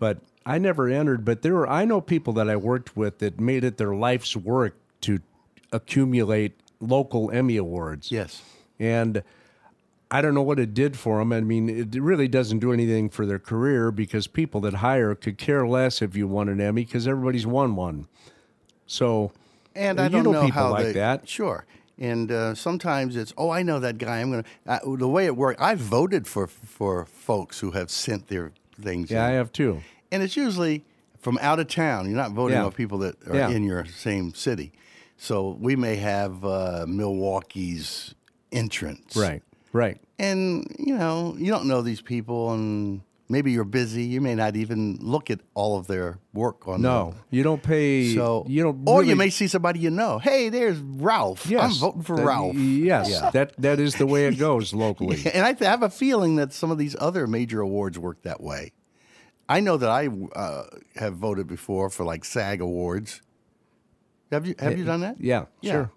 [SPEAKER 8] but I never entered. But there were, I know people that I worked with that made it their life's work to accumulate local Emmy Awards.
[SPEAKER 9] Yes.
[SPEAKER 8] And I don't know what it did for them. I mean, it really doesn't do anything for their career because people that hire could care less if you won an Emmy because everybody's won one. So,
[SPEAKER 9] And I
[SPEAKER 8] you
[SPEAKER 9] don't
[SPEAKER 8] know,
[SPEAKER 9] know,
[SPEAKER 8] people
[SPEAKER 9] how
[SPEAKER 8] like
[SPEAKER 9] they,
[SPEAKER 8] that.
[SPEAKER 9] Sure. And uh, sometimes it's oh I know that guy I'm gonna uh, the way it worked I voted for for folks who have sent their things
[SPEAKER 8] Yeah, I
[SPEAKER 9] in.
[SPEAKER 8] have too.
[SPEAKER 9] and it's usually from out of town. You're not voting
[SPEAKER 8] Yeah.
[SPEAKER 9] on people that are
[SPEAKER 8] Yeah.
[SPEAKER 9] in your same city. So we may have uh, Milwaukee's entrance,
[SPEAKER 8] Right, right.
[SPEAKER 9] And you know, you don't know these people, and maybe you're busy. You may not even look at all of their work on.
[SPEAKER 8] No, you don't pay.
[SPEAKER 9] the- so
[SPEAKER 8] you don't.
[SPEAKER 9] or you
[SPEAKER 8] really-
[SPEAKER 9] may see somebody you know. Hey, there's Ralph. I'm
[SPEAKER 8] Yes,
[SPEAKER 9] voting for
[SPEAKER 8] that-
[SPEAKER 9] Ralph.
[SPEAKER 8] Yes, that that is the way it goes locally.
[SPEAKER 9] And I, th- have a feeling that some of these other major awards work that way. I know that I uh, have voted before for like SAG awards. Have you have you done that?
[SPEAKER 8] Yeah,
[SPEAKER 9] Yeah. Uh,
[SPEAKER 8] sure.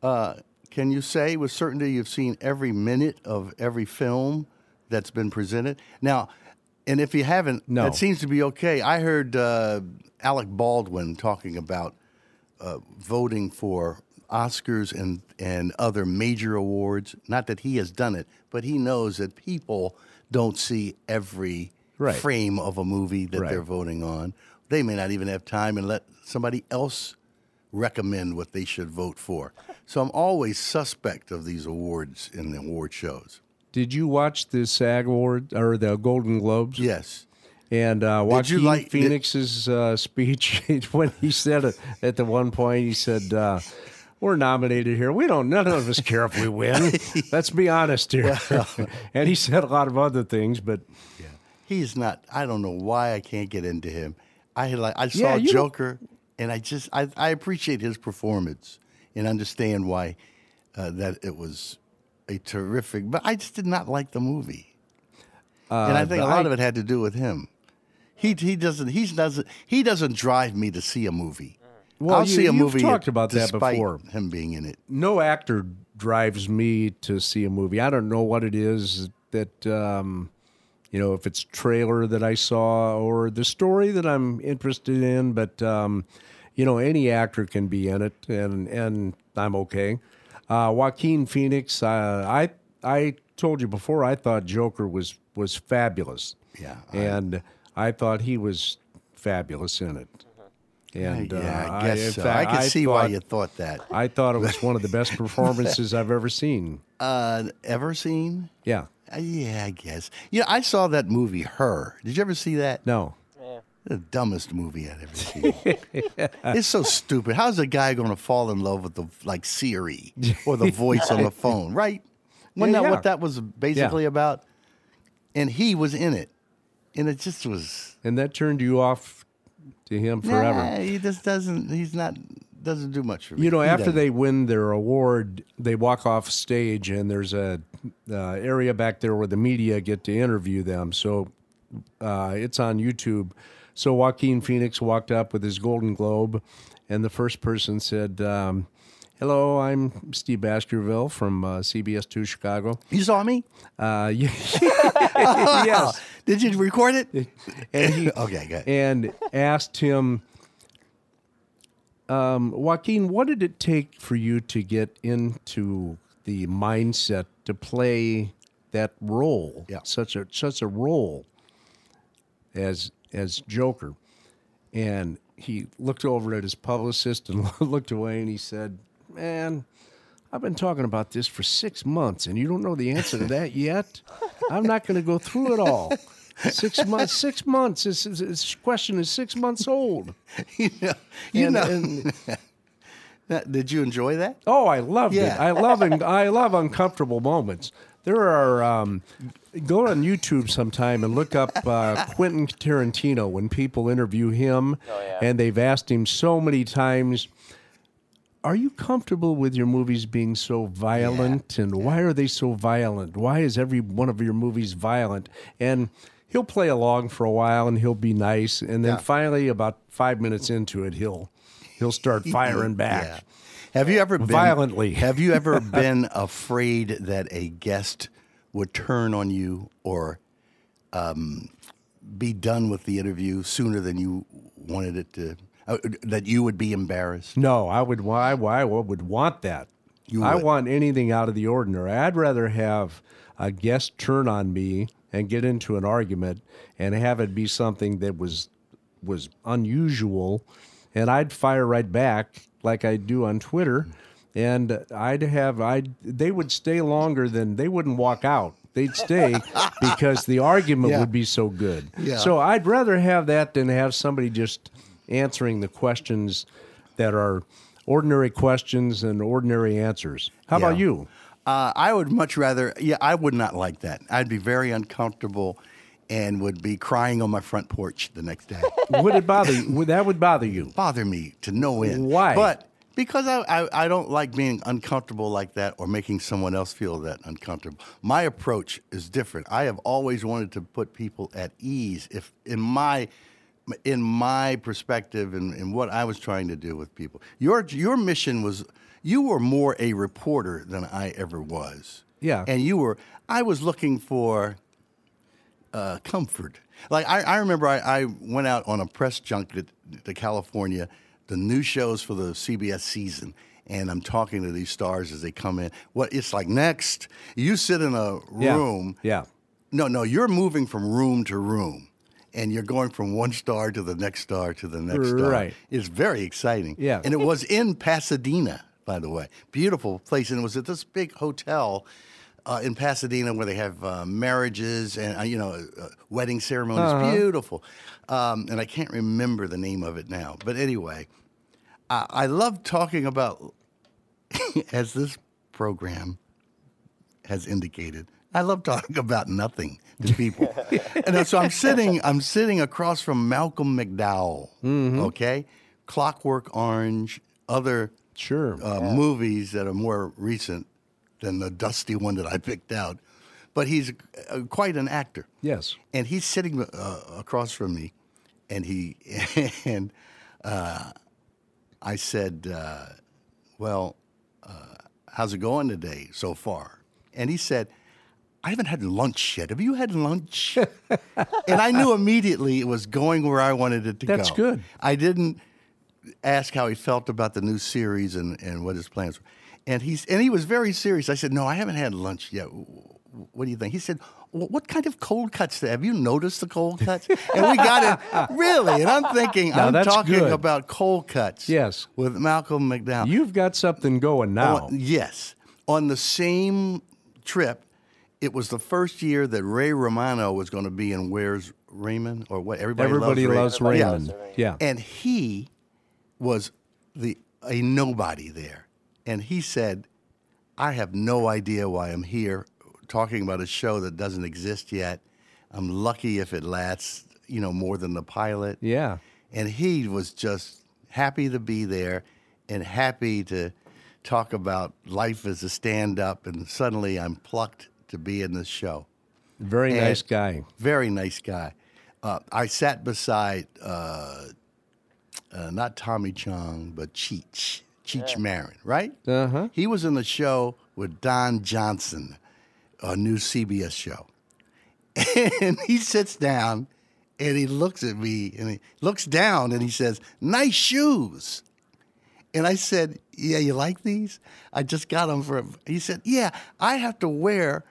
[SPEAKER 9] Can you say with certainty you've seen every minute of every film that's been presented? Now, and if you haven't,
[SPEAKER 8] No.
[SPEAKER 9] that seems to be okay. I heard uh, Alec Baldwin talking about voting for Oscars and, and other major awards. Not that he has done it, but he knows that people don't see every
[SPEAKER 8] Right.
[SPEAKER 9] frame of a movie that
[SPEAKER 8] Right.
[SPEAKER 9] they're voting on. They may not even have time and let somebody else recommend what they should vote for. So I'm always suspect of these awards in the award shows.
[SPEAKER 8] Did you watch the SAG Award or the Golden Globes?
[SPEAKER 9] Yes.
[SPEAKER 8] And uh,
[SPEAKER 9] you
[SPEAKER 8] Joaquin
[SPEAKER 9] like- did-
[SPEAKER 8] Phoenix's uh, speech when he said it at the one point, he said, uh, "We're nominated here. We don't. None of us care if we win. Let's be honest here." and he said a lot of other things, but
[SPEAKER 9] He's not. I don't know why I can't get into him. I had like I saw
[SPEAKER 8] Yeah, you don't-
[SPEAKER 9] Joker, and I just I, I appreciate his performance and understand why uh, that it was a terrific. But I just did not like the movie, and I think a
[SPEAKER 8] Uh, but
[SPEAKER 9] lot
[SPEAKER 8] I-
[SPEAKER 9] of it had to do with him. He he doesn't he doesn't he doesn't drive me to see a movie.
[SPEAKER 8] Well,
[SPEAKER 9] I'll
[SPEAKER 8] you-
[SPEAKER 9] see a
[SPEAKER 8] you've
[SPEAKER 9] movie.
[SPEAKER 8] talked about that
[SPEAKER 9] despite
[SPEAKER 8] before.
[SPEAKER 9] Him being in it.
[SPEAKER 8] no actor drives me to see a movie. I don't know what it is that um, you know if it's trailer that I saw or the story that I'm interested in, but um, you know any actor can be in it, and and I'm okay. Uh, Joaquin Phoenix, uh, I I told you before, I thought Joker was was fabulous.
[SPEAKER 9] Yeah, I-
[SPEAKER 8] and I, thought he was fabulous in it. And
[SPEAKER 9] yeah,
[SPEAKER 8] uh,
[SPEAKER 9] I guess
[SPEAKER 8] in
[SPEAKER 9] so.
[SPEAKER 8] fact,
[SPEAKER 9] I can see why
[SPEAKER 8] thought-
[SPEAKER 9] you thought that.
[SPEAKER 8] I thought it was one of the best performances I've ever seen.
[SPEAKER 9] Uh, ever seen?
[SPEAKER 8] Yeah.
[SPEAKER 9] Uh, Yeah, I guess. Yeah, I saw that movie, Her. Did you ever see that?
[SPEAKER 8] No.
[SPEAKER 9] The dumbest movie I'd ever seen. It's so stupid. How's a guy going to fall in love with the like Siri or the voice on the phone, right? Wasn't
[SPEAKER 8] Yeah,
[SPEAKER 9] that
[SPEAKER 8] yeah.
[SPEAKER 9] what that was basically about? And he was in it, and it just was.
[SPEAKER 8] And that turned you off to him forever.
[SPEAKER 9] Nah, he just doesn't. He's not. Doesn't do much for me.
[SPEAKER 8] You know,
[SPEAKER 9] He
[SPEAKER 8] after
[SPEAKER 9] doesn't.
[SPEAKER 8] they win their award, they walk off stage, and there's a uh, area back there where the media get to interview them. So uh, it's on YouTube. So Joaquin Phoenix walked up with his Golden Globe, and the first person said, um, "Hello, I'm Steve Baskerville from uh, CBS Two Chicago."
[SPEAKER 9] you saw me. Oh,
[SPEAKER 8] Uh, yes.
[SPEAKER 9] Did you record it?
[SPEAKER 8] and he
[SPEAKER 9] Okay, good.
[SPEAKER 8] and asked him, um, Joaquin, what did it take for you to get into the mindset to play that role,
[SPEAKER 9] Yeah.
[SPEAKER 8] such a such a role as as Joker? And he looked over at his publicist and looked away, and he said, "Man." I've been talking about this for six months, and you don't know the answer to that yet. I'm not going to go through it all. Six months. Six months. This, this- this question is six months old.
[SPEAKER 9] you know. You
[SPEAKER 8] And-
[SPEAKER 9] know.
[SPEAKER 8] and-
[SPEAKER 9] That- did you enjoy that?
[SPEAKER 8] oh, I loved it.
[SPEAKER 9] Yeah.
[SPEAKER 8] I love. and I love uncomfortable moments. There are. Um, go on YouTube sometime and look up uh, Quentin Tarantino when people interview him, and they've asked him so many times. Are you comfortable with your movies being so violent? And why are they so violent? Why is every one of your movies violent? And he'll play along for a while and he'll be nice. And then finally, about five minutes into it, he'll he'll start firing
[SPEAKER 9] Yeah.
[SPEAKER 8] back.
[SPEAKER 9] Have you ever been,
[SPEAKER 8] Violently.
[SPEAKER 9] Have you ever been afraid that a guest would turn on you or um, be done with the interview sooner than you wanted it to? Uh, that you would be embarrassed.
[SPEAKER 8] No, I would. wa- I, wa- I would want that.
[SPEAKER 9] You
[SPEAKER 8] I
[SPEAKER 9] would.
[SPEAKER 8] want anything out of the ordinary. I'd rather have a guest turn on me and get into an argument and have it be something that was was unusual, and I'd fire right back like I do on Twitter, and I'd have I they would stay longer than they wouldn't walk out. They'd stay because the argument
[SPEAKER 9] Yeah.
[SPEAKER 8] would be so good.
[SPEAKER 9] Yeah.
[SPEAKER 8] So I'd rather have that than have somebody just answering the questions that are ordinary questions and ordinary answers. How about
[SPEAKER 9] Yeah.
[SPEAKER 8] you?
[SPEAKER 9] Uh, I would much rather. Yeah, I would not like that. I'd be very uncomfortable, and would be crying on my front porch the next day.
[SPEAKER 8] Would it bother you? Would, that would bother you.
[SPEAKER 9] bother me to no end.
[SPEAKER 8] Why?
[SPEAKER 9] But because I, I, I don't like being uncomfortable like that or making someone else feel that uncomfortable. My approach is different. I have always wanted to put people at ease. If in my in my perspective and, and what I was trying to do with people, your your mission was you were more a reporter than I ever was.
[SPEAKER 8] Yeah.
[SPEAKER 9] and you were I was looking for uh, comfort. Like I, I remember I, I went out on a press junket to California, the new shows for the CBS season, and I'm talking to these stars as they come in. What it's like next, you sit in a
[SPEAKER 8] Yeah.
[SPEAKER 9] room.
[SPEAKER 8] Yeah.
[SPEAKER 9] No, no, you're moving from room to room. and you're going from one star to the next star to the next star.
[SPEAKER 8] Right.
[SPEAKER 9] It's very exciting.
[SPEAKER 8] Yeah.
[SPEAKER 9] And it was in Pasadena, by the way. Beautiful place. And it was at this big hotel uh, in Pasadena where they have uh, marriages and, uh, you know, uh, wedding ceremonies.
[SPEAKER 8] Uh-huh.
[SPEAKER 9] Beautiful. Um, and I can't remember the name of it now. But anyway, I, I love talking about, as this program has indicated. I love talking about nothing to people. and so I'm sitting, I'm sitting across from Malcolm McDowell, okay? Clockwork Orange, other
[SPEAKER 8] Sure.
[SPEAKER 9] uh, movies that are more recent than the dusty one that I picked out. But he's uh, quite an actor
[SPEAKER 8] yes.
[SPEAKER 9] and he's sitting uh, across from me, and he and uh, I said, uh, "Well, uh, how's it going today so far?" And he said, "I haven't had lunch yet. Have you had lunch?" and I knew immediately it was going where I wanted it to
[SPEAKER 8] That's
[SPEAKER 9] go.
[SPEAKER 8] good.
[SPEAKER 9] I didn't ask how he felt about the new series and, and what his plans were. And he's and he was very serious. I said, "No, I haven't had lunch yet. What do you think?" He said, "Wh- "What kind of cold cuts? Have you noticed the cold cuts?" and we got it really. And I'm thinking,
[SPEAKER 8] Now
[SPEAKER 9] I'm
[SPEAKER 8] that's
[SPEAKER 9] talking
[SPEAKER 8] good.
[SPEAKER 9] about cold cuts.
[SPEAKER 8] Yes.
[SPEAKER 9] with Malcolm McDowell.
[SPEAKER 8] You've got something going now.
[SPEAKER 9] On- yes. On the same trip, it was the first year that Ray Romano was going to be in Where's Raymond or what? Everybody,
[SPEAKER 8] Everybody
[SPEAKER 9] Ray-
[SPEAKER 8] loves
[SPEAKER 9] uh, Yeah.
[SPEAKER 8] Raymond. Yeah.
[SPEAKER 9] And he was the a nobody there. And he said, I have no idea why I'm here talking about a show that doesn't exist yet. I'm lucky if it lasts, you know, more than the pilot
[SPEAKER 8] Yeah.
[SPEAKER 9] and he was just happy to be there and happy to talk about life as a stand up and suddenly I'm plucked to be in this show.
[SPEAKER 8] Very
[SPEAKER 9] And-
[SPEAKER 8] nice guy.
[SPEAKER 9] Very nice guy. Uh, I sat beside uh, uh, not Tommy Chong, but Cheech, Cheech Marin, right?
[SPEAKER 8] Uh-huh.
[SPEAKER 9] He was in the show with Don Johnson, a new CBS show. And he sits down and he looks at me and he looks down and he says, Nice shoes. And I said, Yeah, you like these? I just got them for. He said, Yeah, I have to wear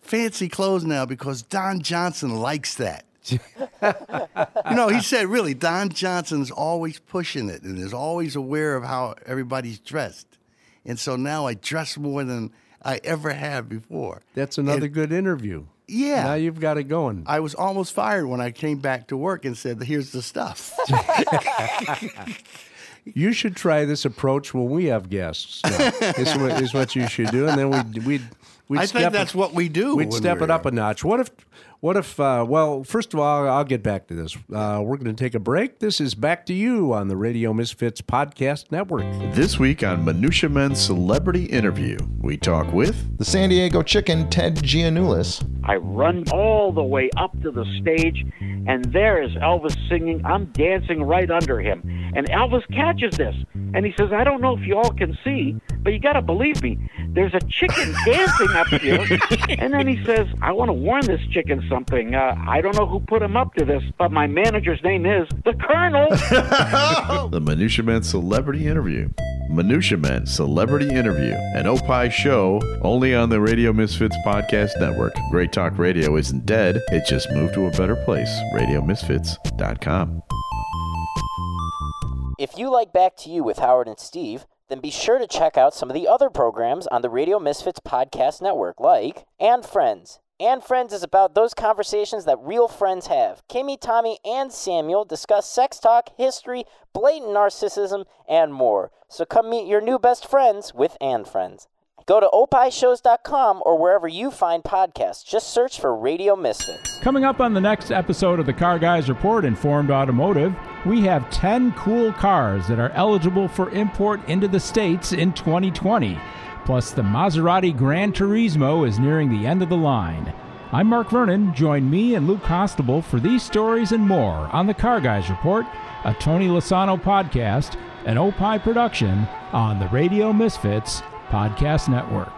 [SPEAKER 9] fancy clothes now because Don Johnson likes that. you know, he said, really, Don Johnson's always pushing it and is always aware of how everybody's dressed. And so now I dress more than I ever have before.
[SPEAKER 8] That's another
[SPEAKER 9] And-
[SPEAKER 8] good interview.
[SPEAKER 9] Yeah.
[SPEAKER 8] Now you've got it going.
[SPEAKER 9] I was almost fired when I came back to work and said, here's the stuff.
[SPEAKER 8] You should try this approach when we have guests. Now, is, what, is what you should do, and then we we we.
[SPEAKER 9] I think that's what we do.
[SPEAKER 8] We'd
[SPEAKER 9] when
[SPEAKER 8] step it
[SPEAKER 9] we're-
[SPEAKER 8] up a notch. What if, what if, uh, well, first of all, I'll get back to this. Uh, we're going to take a break. This is Back to You on the Radio Misfits Podcast Network.
[SPEAKER 6] This week on Minutia Men's Celebrity Interview, we talk with
[SPEAKER 7] The San Diego chicken, Ted Gianulis.
[SPEAKER 10] I run all the way up to the stage, and there is Elvis singing. I'm dancing right under him. And Elvis catches this, and he says, I don't know if you all can see, but you got to believe me. There's a chicken dancing up here. And then he says, I want to warn this chicken something. Uh, I don't know who put him up to this, but my manager's name is the Colonel.
[SPEAKER 6] the Minutia Men Celebrity Interview. Minutia Men Celebrity Interview, an Opie show only on the Radio Misfits Podcast Network. Great Talk Radio isn't dead, it just moved to a better place. RadioMisfits.com.
[SPEAKER 1] If you like Back to You with Howard and Steve, then be sure to check out some of the other programs on the Radio Misfits Podcast Network, like And Friends. And Friends is about those conversations that real friends have. Kimmy, Tommy, and Samuel discuss sex talk, history, blatant narcissism, and more. So come meet your new best friends with And Friends. Go to opishows.com or wherever you find podcasts. Just search for Radio Misfits.
[SPEAKER 11] Coming up on the next episode of the Car Guys Report Informed Automotive, we have 10 cool cars that are eligible for import into the States in 2020. Plus, the Maserati Gran Turismo is nearing the end of the line. I'm Mark Vernon. Join me and Luke Constable for these stories and more on the Car Guys Report, a Tony Lasano podcast, an Opie production on the Radio Misfits Podcast Network.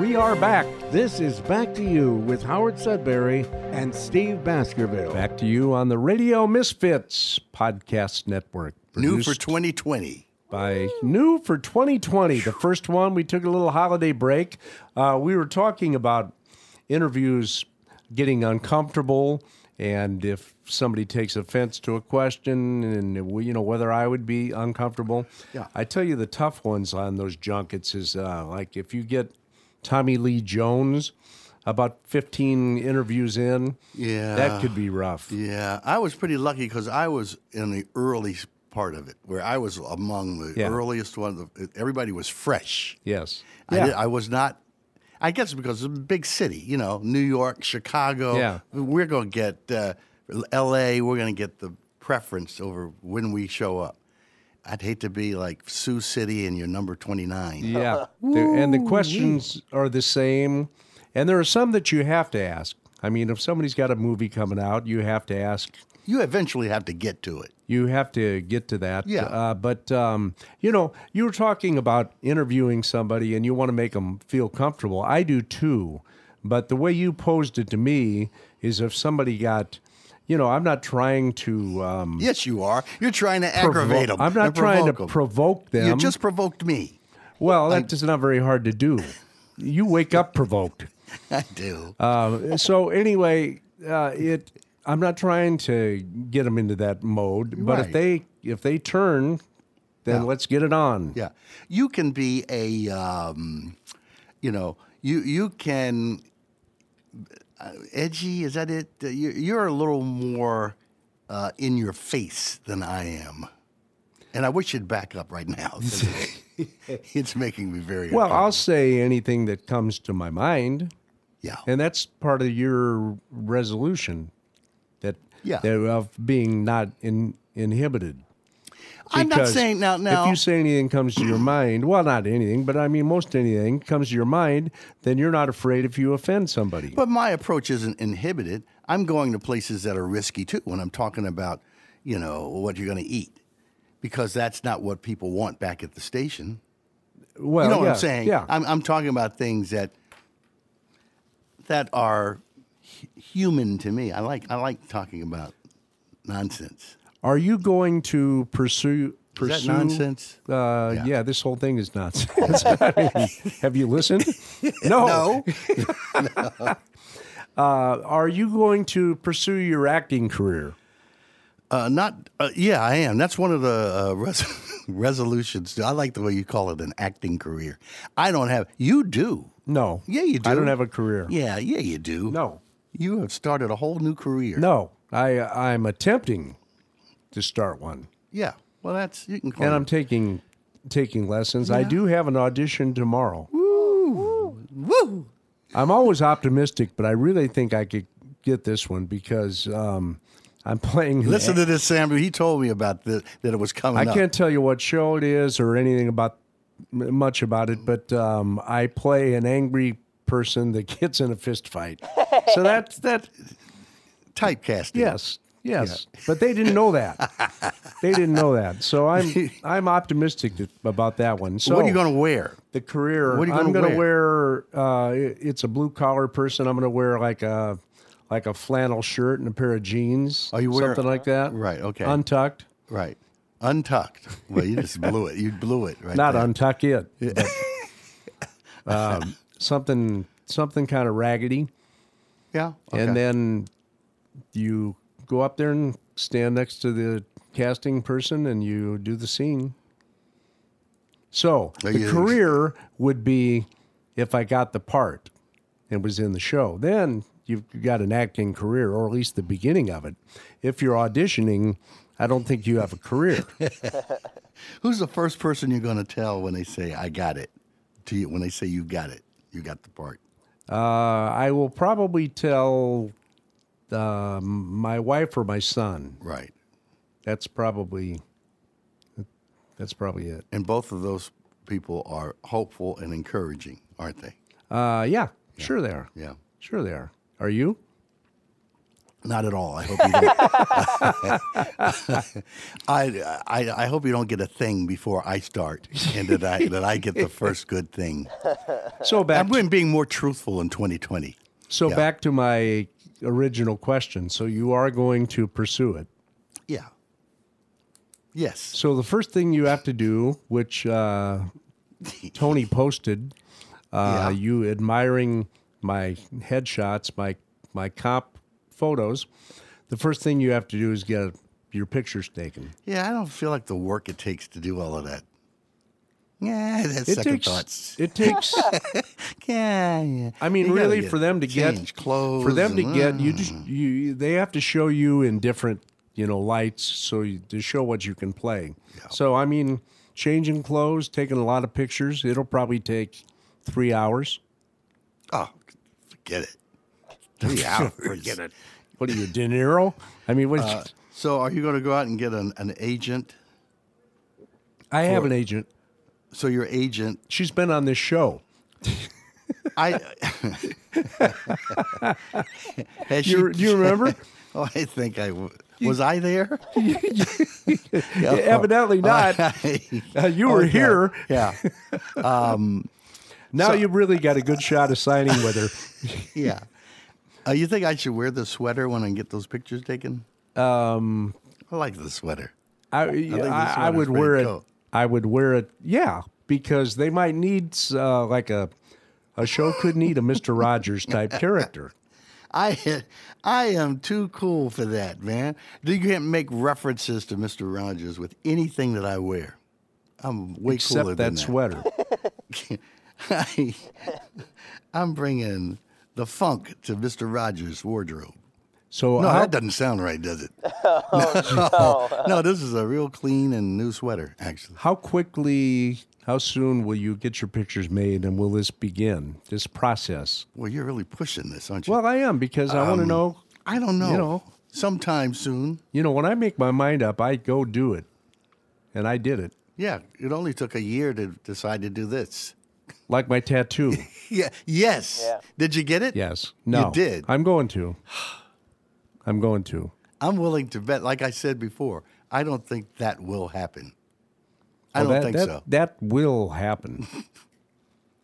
[SPEAKER 12] We are back. This is Back to You with Howard Sudbury and Steve Baskerville.
[SPEAKER 8] Back to you on the Radio Misfits Podcast Network.
[SPEAKER 9] New for
[SPEAKER 8] Produced
[SPEAKER 9] 2020.
[SPEAKER 8] by new for 2020. The first one, we took a little holiday break. Uh, we were talking about interviews getting uncomfortable And if somebody takes offense to a question, and well, you know whether I would be uncomfortable,
[SPEAKER 12] Yeah.
[SPEAKER 8] I tell you the tough ones on those junkets is uh, like if you get Tommy Lee Jones about 15 interviews in,
[SPEAKER 9] Yeah.
[SPEAKER 8] that could be rough.
[SPEAKER 9] Yeah, I was pretty lucky because I was in the early part of it, where I was among the
[SPEAKER 8] Yeah.
[SPEAKER 9] earliest ones. Everybody was fresh.
[SPEAKER 8] Yes.
[SPEAKER 9] I, did, I was not. I guess because it's a big city, you know, New York, Chicago.
[SPEAKER 8] Yeah.
[SPEAKER 9] We're going to get uh, L.A. We're going to get the preference over when we show up. I'd hate to be like Sioux City and you're number 29.
[SPEAKER 8] Yeah. The- and the questions are the same. And there are some that you have to ask. I mean, if somebody's got a movie coming out, you have to ask.
[SPEAKER 9] You eventually have to get to it.
[SPEAKER 8] You have to get to that.
[SPEAKER 9] Yeah.
[SPEAKER 8] Uh, but, um, you know, you were talking about interviewing somebody and you want to make them feel comfortable. I do too. But the way you posed it to me is if somebody got, you know, I'm not trying to. Um,
[SPEAKER 9] yes, you are. You're trying to aggravate 'em
[SPEAKER 8] I'm not
[SPEAKER 9] and
[SPEAKER 8] trying
[SPEAKER 9] provoke
[SPEAKER 8] to
[SPEAKER 9] 'em.
[SPEAKER 8] provoke them.
[SPEAKER 9] You just provoked me.
[SPEAKER 8] Well, that's just not very hard to do. You wake up provoked.
[SPEAKER 9] I do.
[SPEAKER 8] Um, so anyway, uh, it. I'm not trying to get them into that mode, but if
[SPEAKER 9] Right.
[SPEAKER 8] they if they turn, then let's get it on.
[SPEAKER 9] Yeah, you can be a, um, you know, you you can uh, edgy. Is that it? Uh, You, you're a little more uh, in your face than I am, and I wish you'd back up right now. 'cause it's making me very
[SPEAKER 8] Well, I'll say anything that comes to my mind.
[SPEAKER 9] Yeah.
[SPEAKER 8] And that's part of your resolution that
[SPEAKER 9] Yeah.
[SPEAKER 8] that of being not in, inhibited.
[SPEAKER 9] I'm not
[SPEAKER 8] Because
[SPEAKER 9] saying- now- now-
[SPEAKER 8] If you say anything comes to your mind, well, not anything, but I mean most anything comes to your mind, then you're not afraid if you offend somebody.
[SPEAKER 9] But my approach isn't inhibited. I'm going to places that are risky too when I'm talking about, you know, what you're going to eat, because that's not what people want back at the station.
[SPEAKER 8] Well,
[SPEAKER 9] you know what
[SPEAKER 8] yeah,
[SPEAKER 9] I'm saying?
[SPEAKER 8] yeah.
[SPEAKER 9] I'm, I'm talking about things that that are hu- human to me. I like I like talking about nonsense.
[SPEAKER 8] Are you going to pursue
[SPEAKER 9] that
[SPEAKER 8] pursue
[SPEAKER 9] nonsense?
[SPEAKER 8] Uh, yeah. this whole thing is nonsense. I mean, have you listened? No. uh, are you going to pursue your acting career?
[SPEAKER 9] Uh, not uh, yeah, I am. That's one of the uh, res- resolutions. I like the way you call it an acting career. I don't have. You do.
[SPEAKER 8] No.
[SPEAKER 9] Yeah, you do.
[SPEAKER 8] I don't have a career.
[SPEAKER 9] Yeah, yeah, you do.
[SPEAKER 8] No.
[SPEAKER 9] You have started a whole new career.
[SPEAKER 8] No, I I'm attempting to start one,
[SPEAKER 9] Yeah. Well, that's you can call.
[SPEAKER 8] and
[SPEAKER 9] it-
[SPEAKER 8] I'm taking taking lessons. I do have an audition tomorrow.
[SPEAKER 9] Woo!
[SPEAKER 8] I'm always optimistic, but I really think I could get this one because um, I'm playing.
[SPEAKER 9] Listen to this, Sam. He told me about this that it was coming.
[SPEAKER 8] I
[SPEAKER 9] up.
[SPEAKER 8] can't tell you what show it is or anything about m- much about it, but um, I play an angry person that gets in a fist fight. So that's that
[SPEAKER 9] typecasting.
[SPEAKER 8] Yes, yes, but they didn't know that. they didn't know that. So I'm I'm optimistic th- about that one. So
[SPEAKER 9] what are you going to wear?
[SPEAKER 8] The career.
[SPEAKER 9] What are you
[SPEAKER 8] I'm
[SPEAKER 9] gonna
[SPEAKER 8] gonna wear? uh, it- it's a blue collar person. I'm going to wear like a like a flannel shirt and a pair of jeans.
[SPEAKER 9] Are you wearing-
[SPEAKER 8] something like that?
[SPEAKER 9] Right. Okay.
[SPEAKER 8] Untucked.
[SPEAKER 9] Right. Untucked. Well, you just blew it. You blew it right
[SPEAKER 8] Not
[SPEAKER 9] there.
[SPEAKER 8] untuck it. but, um, something something kind of raggedy.
[SPEAKER 9] Yeah.
[SPEAKER 8] And
[SPEAKER 9] okay.
[SPEAKER 8] then you go up there and stand next to the casting person and you do the scene. So
[SPEAKER 9] Are
[SPEAKER 8] the
[SPEAKER 9] you-
[SPEAKER 8] career would be if I got the part and was in the show. Then you've got an acting career, or at least the beginning of it. If you're auditioning, I don't think you have a career.
[SPEAKER 9] Who's the first person you're going to tell when they say "I got it"? To you when they say "You got it," you got the part.
[SPEAKER 8] Uh, I will probably tell um, my wife or my son.
[SPEAKER 9] Right.
[SPEAKER 8] That's probably that's probably it.
[SPEAKER 9] And both of those people are hopeful and encouraging, aren't they?
[SPEAKER 8] Uh, yeah, sure they are.
[SPEAKER 9] Yeah.
[SPEAKER 8] Sure they are. Are you?
[SPEAKER 9] Not at all. I hope you don't. I, I I hope you don't get a thing before I start, and that I that I get the first good thing.
[SPEAKER 8] So back.
[SPEAKER 9] I'm been being more truthful in 2020.
[SPEAKER 8] So
[SPEAKER 9] Yeah.
[SPEAKER 8] back to my original question. So you are going to pursue it.
[SPEAKER 9] Yeah. Yes.
[SPEAKER 8] So the first thing you have to do, which uh, Tony posted, uh, you admiring my headshots, my my comp photos, the first thing you have to do is get your pictures taken.
[SPEAKER 9] Yeah, I don't feel like the work it takes to do all of that. Yeah, that's
[SPEAKER 8] It
[SPEAKER 9] second
[SPEAKER 8] takes-
[SPEAKER 9] thoughts.
[SPEAKER 8] It takes.
[SPEAKER 9] yeah, yeah.
[SPEAKER 8] I mean,
[SPEAKER 9] You gotta
[SPEAKER 8] really,
[SPEAKER 9] get-
[SPEAKER 8] for them to
[SPEAKER 9] change
[SPEAKER 8] get
[SPEAKER 9] clothes
[SPEAKER 8] for them to
[SPEAKER 9] and,
[SPEAKER 8] get you just you they have to show you in different you know lights so you, to show what you can play. So I mean, changing clothes, taking a lot of pictures, it'll probably take three hours.
[SPEAKER 9] Oh, forget it. Three hours. Forget it.
[SPEAKER 8] What are you, De Niro? I mean, what?
[SPEAKER 9] Uh, so, are you going to go out and get an, an agent?
[SPEAKER 8] I have
[SPEAKER 9] for-
[SPEAKER 8] an agent.
[SPEAKER 9] So your agent?
[SPEAKER 8] She's been on this show.
[SPEAKER 9] I. Has
[SPEAKER 8] You- do you remember?
[SPEAKER 9] oh, I think I w- was. I there?
[SPEAKER 8] Evidently not. Uh, you were
[SPEAKER 9] Okay.
[SPEAKER 8] here.
[SPEAKER 9] Yeah. Um,
[SPEAKER 8] now
[SPEAKER 9] so-
[SPEAKER 8] you really got a good shot of signing with her.
[SPEAKER 9] yeah. Uh, you think I should wear the sweater when I get those pictures taken?
[SPEAKER 8] Um,
[SPEAKER 9] I like the sweater.
[SPEAKER 8] I,
[SPEAKER 9] think this
[SPEAKER 8] I, I
[SPEAKER 9] one is
[SPEAKER 8] would
[SPEAKER 9] pretty
[SPEAKER 8] wear it.
[SPEAKER 9] cool.
[SPEAKER 8] I would wear it. Yeah, because they might need uh, like a a show could need a Mister Rogers type character.
[SPEAKER 9] I I am too cool for that, man. You can't make references to Mister Rogers with anything that I wear. I'm way
[SPEAKER 8] Except
[SPEAKER 9] cooler
[SPEAKER 8] that
[SPEAKER 9] than that.
[SPEAKER 8] sweater.
[SPEAKER 9] I, I'm bringing the funk to Mister Rogers' wardrobe.
[SPEAKER 8] So
[SPEAKER 9] no,
[SPEAKER 8] how-
[SPEAKER 9] that doesn't sound right, does it? Oh, no, no, this is a real clean and new sweater, actually.
[SPEAKER 8] How quickly? How soon will you get your pictures made, and will this begin this process?
[SPEAKER 9] Well, you're really pushing this, aren't
[SPEAKER 8] you? Well, I am because I want to
[SPEAKER 9] Um,
[SPEAKER 8] know.
[SPEAKER 9] I don't know.
[SPEAKER 8] You know,
[SPEAKER 9] sometime soon.
[SPEAKER 8] You know, when I make my mind up, I go do it, and I did it.
[SPEAKER 9] Yeah, it only took a year to decide to do this.
[SPEAKER 8] Like my tattoo.
[SPEAKER 9] Yeah. Yes. Did you get it?
[SPEAKER 8] yes. No.
[SPEAKER 9] You did.
[SPEAKER 8] I'm going to. I'm going to.
[SPEAKER 9] I'm willing to bet. Like I said before, I don't think that will happen. I
[SPEAKER 8] Well,
[SPEAKER 9] don't
[SPEAKER 8] that-
[SPEAKER 9] think
[SPEAKER 8] that-
[SPEAKER 9] so.
[SPEAKER 8] That will happen.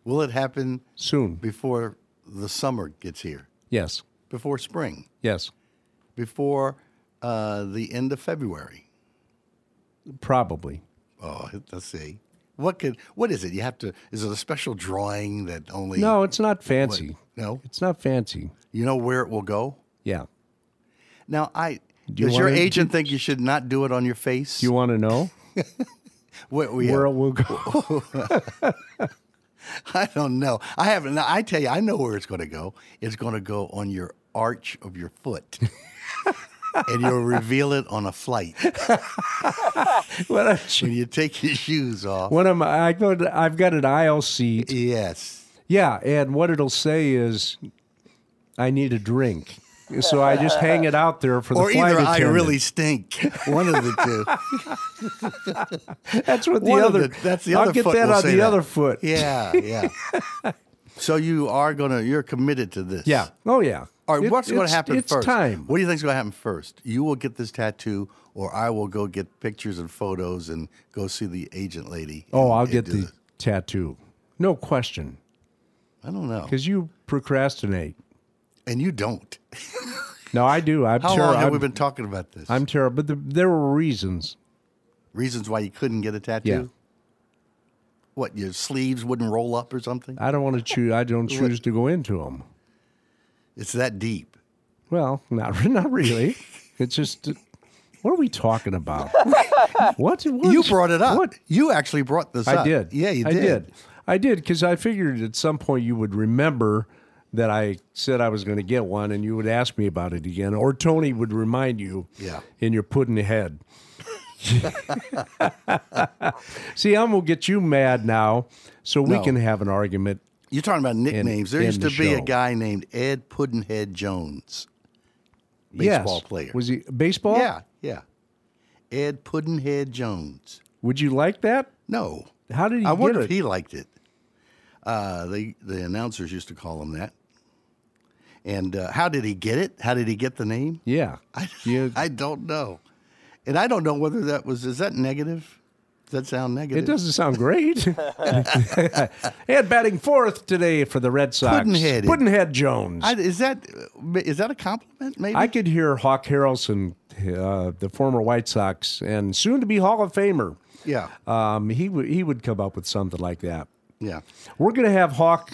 [SPEAKER 9] Will it happen
[SPEAKER 8] soon?
[SPEAKER 9] Before the summer gets here.
[SPEAKER 8] Yes.
[SPEAKER 9] Before spring.
[SPEAKER 8] Yes.
[SPEAKER 9] Before uh, the end of February.
[SPEAKER 8] Probably.
[SPEAKER 9] Oh, let's see. What could? What is it? You have to. Is it a special drawing that only?
[SPEAKER 8] No, it's not fancy.
[SPEAKER 9] No,
[SPEAKER 8] it's not fancy.
[SPEAKER 9] You know where it will go.
[SPEAKER 8] Yeah.
[SPEAKER 9] Now, I
[SPEAKER 8] Do you
[SPEAKER 9] does your
[SPEAKER 8] wanna-
[SPEAKER 9] agent think you should not do it on your face?
[SPEAKER 8] Do you want to know
[SPEAKER 9] What we
[SPEAKER 8] where it will go?
[SPEAKER 9] I don't know. I haven't. now, I tell you, I know where it's going to go. It's going to go on your arch of your foot, and you'll reveal it on a flight
[SPEAKER 8] when,
[SPEAKER 9] you take your shoes off.
[SPEAKER 8] When I'm, I go to, I've got an aisle seat.
[SPEAKER 9] Yes.
[SPEAKER 8] Yeah, and what it'll say is, "I need a drink," so I just hang it out there for the
[SPEAKER 9] or
[SPEAKER 8] flight
[SPEAKER 9] either I
[SPEAKER 8] attendant.
[SPEAKER 9] really stink. One of the two.
[SPEAKER 8] that's what the other-
[SPEAKER 9] that's the
[SPEAKER 8] I'll
[SPEAKER 9] other.
[SPEAKER 8] get
[SPEAKER 9] foot
[SPEAKER 8] that
[SPEAKER 9] will
[SPEAKER 8] on
[SPEAKER 9] say
[SPEAKER 8] the other foot.
[SPEAKER 9] Yeah, yeah. so you are gonna. You're committed to this.
[SPEAKER 8] Yeah. Oh yeah.
[SPEAKER 9] All right,
[SPEAKER 8] It-
[SPEAKER 9] what's going to
[SPEAKER 8] it's-
[SPEAKER 9] happen
[SPEAKER 8] it's
[SPEAKER 9] first?
[SPEAKER 8] time.
[SPEAKER 9] What do you think's going to happen first? You will get this tattoo, or I will go get pictures and photos and go see the agent lady.
[SPEAKER 8] Oh, I'll get the tattoo. No question.
[SPEAKER 9] I don't know.
[SPEAKER 8] Because you procrastinate.
[SPEAKER 9] And you don't.
[SPEAKER 8] no, I do. I'm
[SPEAKER 9] How
[SPEAKER 8] terri-
[SPEAKER 9] long have
[SPEAKER 8] I'm-
[SPEAKER 9] we been talking about this?
[SPEAKER 8] I'm terrible. But the, there were reasons.
[SPEAKER 9] Reasons why you couldn't get a tattoo?
[SPEAKER 8] Yeah.
[SPEAKER 9] What, your sleeves wouldn't roll up or something?
[SPEAKER 8] I don't want to choose. I don't choose to go into them.
[SPEAKER 9] It's that deep.
[SPEAKER 8] Well, not not really. It's just. uh, What are we talking about? what, what-
[SPEAKER 9] You brought it up.
[SPEAKER 8] What?
[SPEAKER 9] You actually brought this
[SPEAKER 8] I
[SPEAKER 9] up.
[SPEAKER 8] did.
[SPEAKER 9] Yeah, you
[SPEAKER 8] I
[SPEAKER 9] did.
[SPEAKER 8] did. I did because I figured at some point you would remember that I said I was going to get one, and you would ask me about it again, or Tony would remind you.
[SPEAKER 9] Yeah.
[SPEAKER 8] In your pudding head. See, I'm gonna get you mad now, so we
[SPEAKER 9] No.
[SPEAKER 8] can have an argument.
[SPEAKER 9] You're talking about Nicknames. there used to be a guy named Ed Puddinhead Jones, baseball player.
[SPEAKER 8] Was he baseball?
[SPEAKER 9] Yeah, yeah. Ed Puddinhead Jones.
[SPEAKER 8] Would you like that?
[SPEAKER 9] No.
[SPEAKER 8] How did he
[SPEAKER 9] I
[SPEAKER 8] get
[SPEAKER 9] wonder
[SPEAKER 8] it?
[SPEAKER 9] if he liked it. Uh, the the announcers used to call him that. And uh, how did he get it? How did he get the name?
[SPEAKER 8] Yeah.
[SPEAKER 9] I, I don't know. And I don't know whether that was is that negative? Does that sound negative?
[SPEAKER 8] It doesn't sound great. and batting fourth today for the Red Sox,
[SPEAKER 9] Puddinhead.
[SPEAKER 8] Puddinhead Jones.
[SPEAKER 9] I, is that uh, is that a compliment? Maybe.
[SPEAKER 8] I could hear Hawk Harrelson, uh, the former White Sox and soon to be Hall of Famer.
[SPEAKER 9] Yeah.
[SPEAKER 8] Um, he would he would come up with something like that.
[SPEAKER 9] Yeah.
[SPEAKER 8] We're gonna have Hawk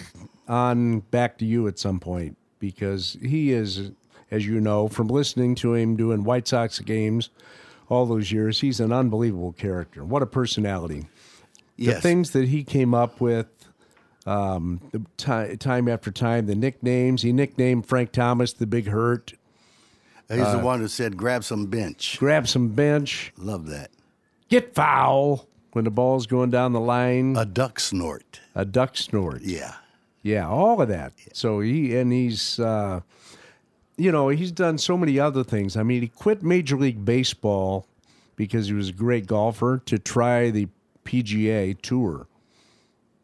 [SPEAKER 8] on back to you at some point because he is as you know, from listening to him doing White Sox games all those years. He's an unbelievable character. What a personality. The
[SPEAKER 12] Yes.
[SPEAKER 8] things that he came up with um, the ti- time after time, the nicknames. He nicknamed Frank Thomas the Big Hurt.
[SPEAKER 9] He's
[SPEAKER 8] Uh,
[SPEAKER 9] the one who said, "Grab some bench."
[SPEAKER 8] Grab some bench.
[SPEAKER 9] Love that.
[SPEAKER 8] Get foul when the ball's going down the line. A
[SPEAKER 9] duck snort.
[SPEAKER 8] A duck snort.
[SPEAKER 9] Yeah.
[SPEAKER 8] Yeah, all of that. So he and he's uh you know, he's done so many other things. I mean, he quit Major League Baseball because he was a great golfer to try the PGA Tour.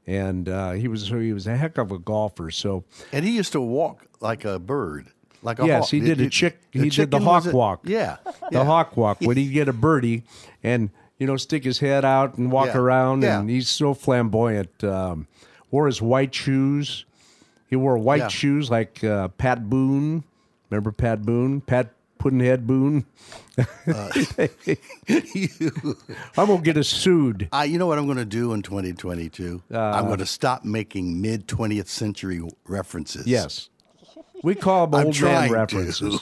[SPEAKER 8] And uh, he was he was a heck of a golfer. So
[SPEAKER 9] And he used to walk like a bird, like a
[SPEAKER 8] yes,
[SPEAKER 9] hawk.
[SPEAKER 8] he did a chick. He did the
[SPEAKER 9] chicken was
[SPEAKER 8] hawk
[SPEAKER 9] a-
[SPEAKER 8] walk.
[SPEAKER 9] Yeah,
[SPEAKER 8] the hawk walk. When he'd get a birdie, and you know, stick his head out and walk
[SPEAKER 9] Yeah.
[SPEAKER 8] around,
[SPEAKER 9] Yeah.
[SPEAKER 8] and he's so flamboyant. Um, wore his white shoes. He wore white
[SPEAKER 9] Yeah.
[SPEAKER 8] shoes like uh, Pat Boone. Remember Pat Boone? Pat Puddinhead Boone.
[SPEAKER 9] Uh.
[SPEAKER 8] I'm gonna get us sued.
[SPEAKER 9] I, you know what I'm going to do in 2022?
[SPEAKER 8] Uh,
[SPEAKER 9] I'm going to stop making mid 20th century references.
[SPEAKER 8] Yes. We call them
[SPEAKER 9] I'm
[SPEAKER 8] old
[SPEAKER 9] trying
[SPEAKER 8] man
[SPEAKER 9] to.
[SPEAKER 8] references.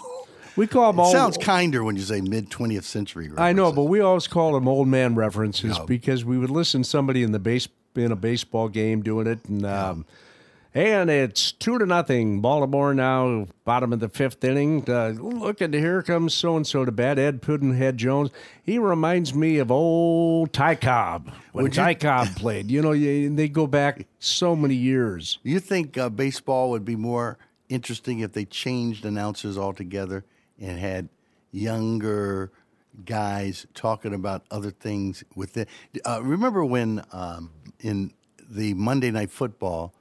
[SPEAKER 8] We call them
[SPEAKER 9] It
[SPEAKER 8] old.
[SPEAKER 9] sounds kinder when you say mid 20th century. re-
[SPEAKER 8] I know, but we always call them old man references because we would listen to somebody in the base in a baseball game doing it, and um, and it's two to nothing, Baltimore now, bottom of the fifth inning. Uh, look and here comes so and so to bat, Ed Puddinhead Jones. He reminds me of old Ty Cobb when
[SPEAKER 9] Would you-
[SPEAKER 8] Ty Cobb played. You know, you, they go back so many years.
[SPEAKER 9] You think uh, baseball would be more interesting if they changed announcers altogether and had younger guys talking about other things with it? Uh, remember when um, in the Monday Night Football,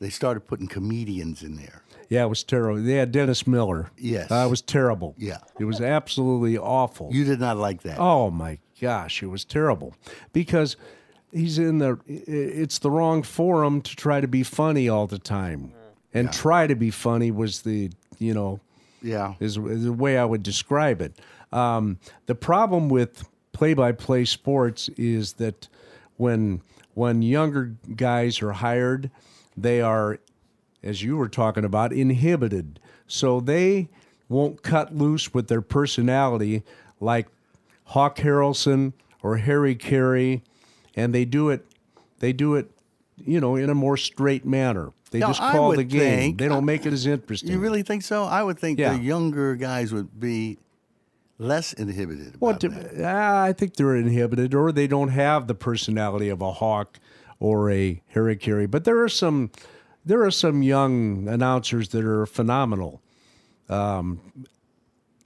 [SPEAKER 9] they started putting comedians in there?
[SPEAKER 8] Yeah, it was terrible. They had Dennis Miller.
[SPEAKER 9] Yes.
[SPEAKER 8] Uh, it was terrible.
[SPEAKER 9] Yeah.
[SPEAKER 8] It was absolutely awful.
[SPEAKER 9] You did not like that.
[SPEAKER 8] Oh my gosh, it was terrible because he's in the. i- It's the wrong forum to try to be funny all the time, and try to be funny was the you know
[SPEAKER 9] Yeah.
[SPEAKER 8] is, is the way I would describe it. Um, the problem with play-by-play sports is that when when younger guys are hired, they are, as you were talking about, inhibited. So they won't cut loose with their personality like Hawk Harrelson or Harry Carey, and they do it. They do it, you know, in a more straight manner. They
[SPEAKER 9] No,
[SPEAKER 8] just
[SPEAKER 9] I
[SPEAKER 8] call the
[SPEAKER 9] would
[SPEAKER 8] game.
[SPEAKER 9] think-
[SPEAKER 8] they don't make it as interesting.
[SPEAKER 9] You really think so? I would think
[SPEAKER 8] Yeah.
[SPEAKER 9] the younger guys would be less inhibited.
[SPEAKER 8] What do- ah, I think they're inhibited, or they don't have the personality of a hawk or a harikiri. But there are some, there are some young announcers that are phenomenal. Um,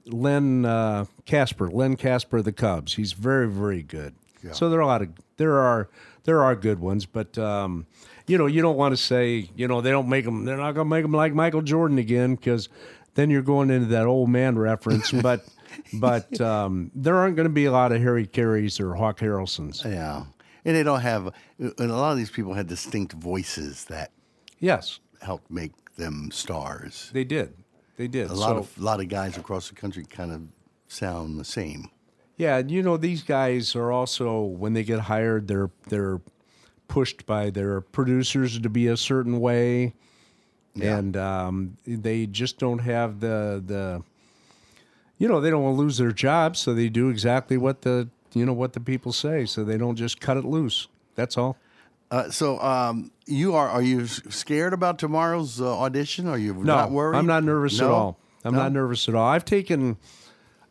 [SPEAKER 8] Len uh, Casper, Len Casper of the Cubs, he's very very good. So there are a lot of there are there are good ones, but um, you know you don't want to say you know they don't make them. They're not going to make them like Michael Jordan again because then you're going into that old man reference. But but um, there aren't going to be a lot of Harry Carries or Hawk Harrelsons.
[SPEAKER 9] Yeah, and they don't have. And a lot of these people had distinct voices that
[SPEAKER 8] yes
[SPEAKER 9] helped make them stars.
[SPEAKER 8] They did. They did.
[SPEAKER 9] A lot
[SPEAKER 8] So-
[SPEAKER 9] of lot of guys across the country kind of sound the same.
[SPEAKER 8] Yeah, and you know these guys are also when they get hired, they're they're pushed by their producers to be a certain way, and um, they just don't have the the you know they don't want to lose their job, so they do exactly what the you know what the people say, so they don't just cut it loose. That's all.
[SPEAKER 9] Uh, so um, you are are you s- scared about tomorrow's uh, audition? Are you not worried?
[SPEAKER 8] I'm not nervous at
[SPEAKER 9] No?
[SPEAKER 8] all. I'm
[SPEAKER 9] No?
[SPEAKER 8] not nervous at all. I've taken,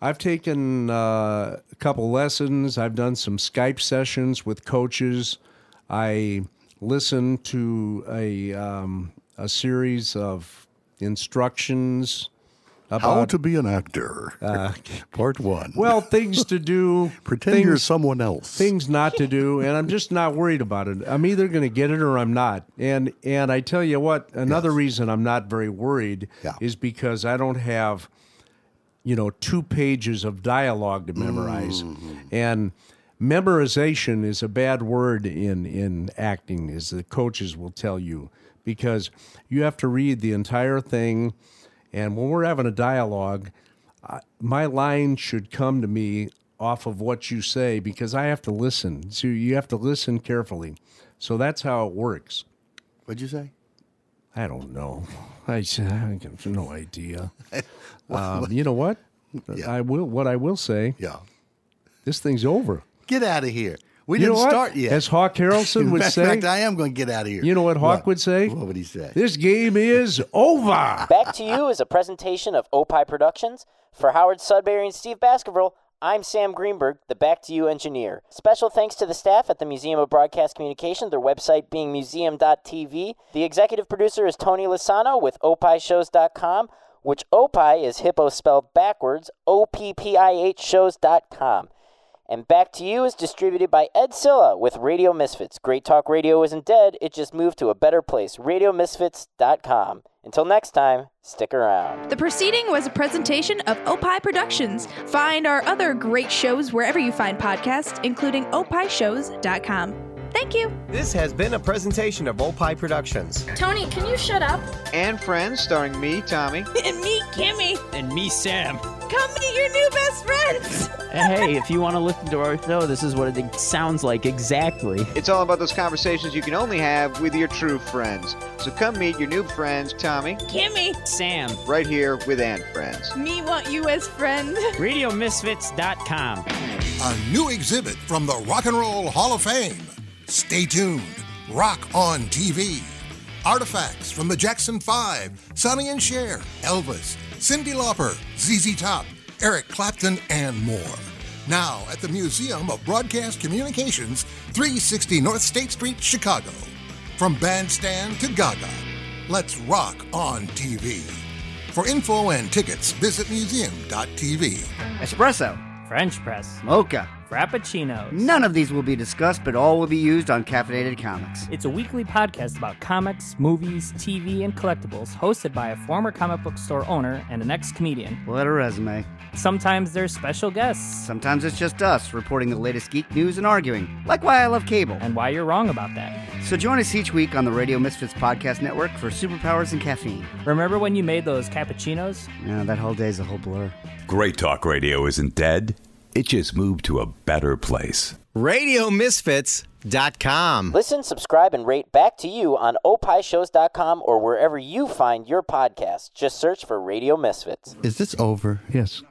[SPEAKER 8] I've taken uh, a couple lessons. I've done some Skype sessions with coaches. I listened to a um, a series of instructions about
[SPEAKER 9] How to be an actor,
[SPEAKER 8] Uh,
[SPEAKER 9] part one.
[SPEAKER 8] well, things to do.
[SPEAKER 9] Pretend
[SPEAKER 8] things,
[SPEAKER 9] you're someone else.
[SPEAKER 8] Things not to do, and I'm just not worried about it. I'm either going to get it or I'm not. And and I tell you what, another reason I'm not very worried is because I don't have, you know, two pages of dialogue to memorize, and. Memorization is a bad word in, in acting, as the coaches will tell you, because you have to read the entire thing. And when we're having a dialogue, I- my line should come to me off of what you say because I have to listen. So you have to listen carefully. So that's how it works.
[SPEAKER 9] What'd you say?
[SPEAKER 8] I don't know. I, s- I have no idea. Um, you know what? I will. What I will say.
[SPEAKER 13] Yeah.
[SPEAKER 8] This thing's over.
[SPEAKER 13] Get out of here. We
[SPEAKER 8] You know
[SPEAKER 13] didn't
[SPEAKER 8] what?
[SPEAKER 13] start yet.
[SPEAKER 8] As Hawk Harrelson would
[SPEAKER 13] In
[SPEAKER 8] say-
[SPEAKER 13] fact, I am going to get out of here.
[SPEAKER 8] You know what Hawk would say?
[SPEAKER 13] What would he say?
[SPEAKER 8] This game is over.
[SPEAKER 1] Back to You is a presentation of Opie Productions. For Howard Sudbury and Steve Baskerville, I'm Sam Greenberg, the Back to You engineer. Special thanks to the staff at the Museum of Broadcast Communication, their website being museum.tv. The executive producer is Tony Lasano with opishows.com, which Opie is hippo spelled backwards, O-P-P-I-H shows.com. And Back to You is distributed by Ed Silla with Radio Misfits. Great Talk Radio isn't dead, it just moved to a better place. RadioMisfits.com. Until next time, stick around.
[SPEAKER 14] The proceeding was a presentation of Opie Productions. Find our other great shows wherever you find podcasts, including opishows.com. Thank you.
[SPEAKER 4] This has been a presentation of Opie Productions.
[SPEAKER 14] Tony, can you shut up?
[SPEAKER 4] And Friends, starring me, Tommy.
[SPEAKER 14] and me, Kimmy.
[SPEAKER 6] And me, Sam.
[SPEAKER 14] Come meet your new best friends.
[SPEAKER 6] hey, if you want to listen to our show, this is what it sounds like exactly.
[SPEAKER 4] It's all about those conversations you can only have with your true friends. So come meet your new friends, Tommy.
[SPEAKER 14] Kimmy.
[SPEAKER 4] Sam. Right here with Ann Friends.
[SPEAKER 14] Me want you as friend.
[SPEAKER 6] RadioMisfits.com.
[SPEAKER 9] A new exhibit from the Rock and Roll Hall of Fame. Stay tuned. Rock on TV. Artifacts from the Jackson 5, Sonny and Cher, Elvis, Cindy Lauper, ZZ Top, Eric Clapton, and more. Now at the Museum of Broadcast Communications, 360 North State Street, Chicago. From bandstand to gaga, let's rock on TV. For info and tickets, visit museum.tv.
[SPEAKER 15] Espresso.
[SPEAKER 6] French press.
[SPEAKER 15] Mocha.
[SPEAKER 6] Frappuccino.
[SPEAKER 15] None of these will be discussed, but all will be used on Caffeinated Comics.
[SPEAKER 6] It's a weekly podcast about comics, movies, TV, and collectibles, hosted by a former comic book store owner and an ex comedian.
[SPEAKER 15] What a resume.
[SPEAKER 6] Sometimes there's special guests.
[SPEAKER 15] Sometimes it's just us reporting the latest geek news and arguing, like why I love cable.
[SPEAKER 6] And why you're wrong about that.
[SPEAKER 15] So join us each week on the Radio Misfits Podcast Network for superpowers and caffeine.
[SPEAKER 6] Remember when you made those cappuccinos?
[SPEAKER 15] Yeah, that whole day's a whole blur.
[SPEAKER 3] Great Talk Radio isn't dead. It just moved to a better place.
[SPEAKER 4] RadioMisfits.com.
[SPEAKER 1] Listen, subscribe, and rate Back to You on opishows.com or wherever you find your podcasts. Just search for Radio Misfits.
[SPEAKER 13] Is this over?
[SPEAKER 8] Yes.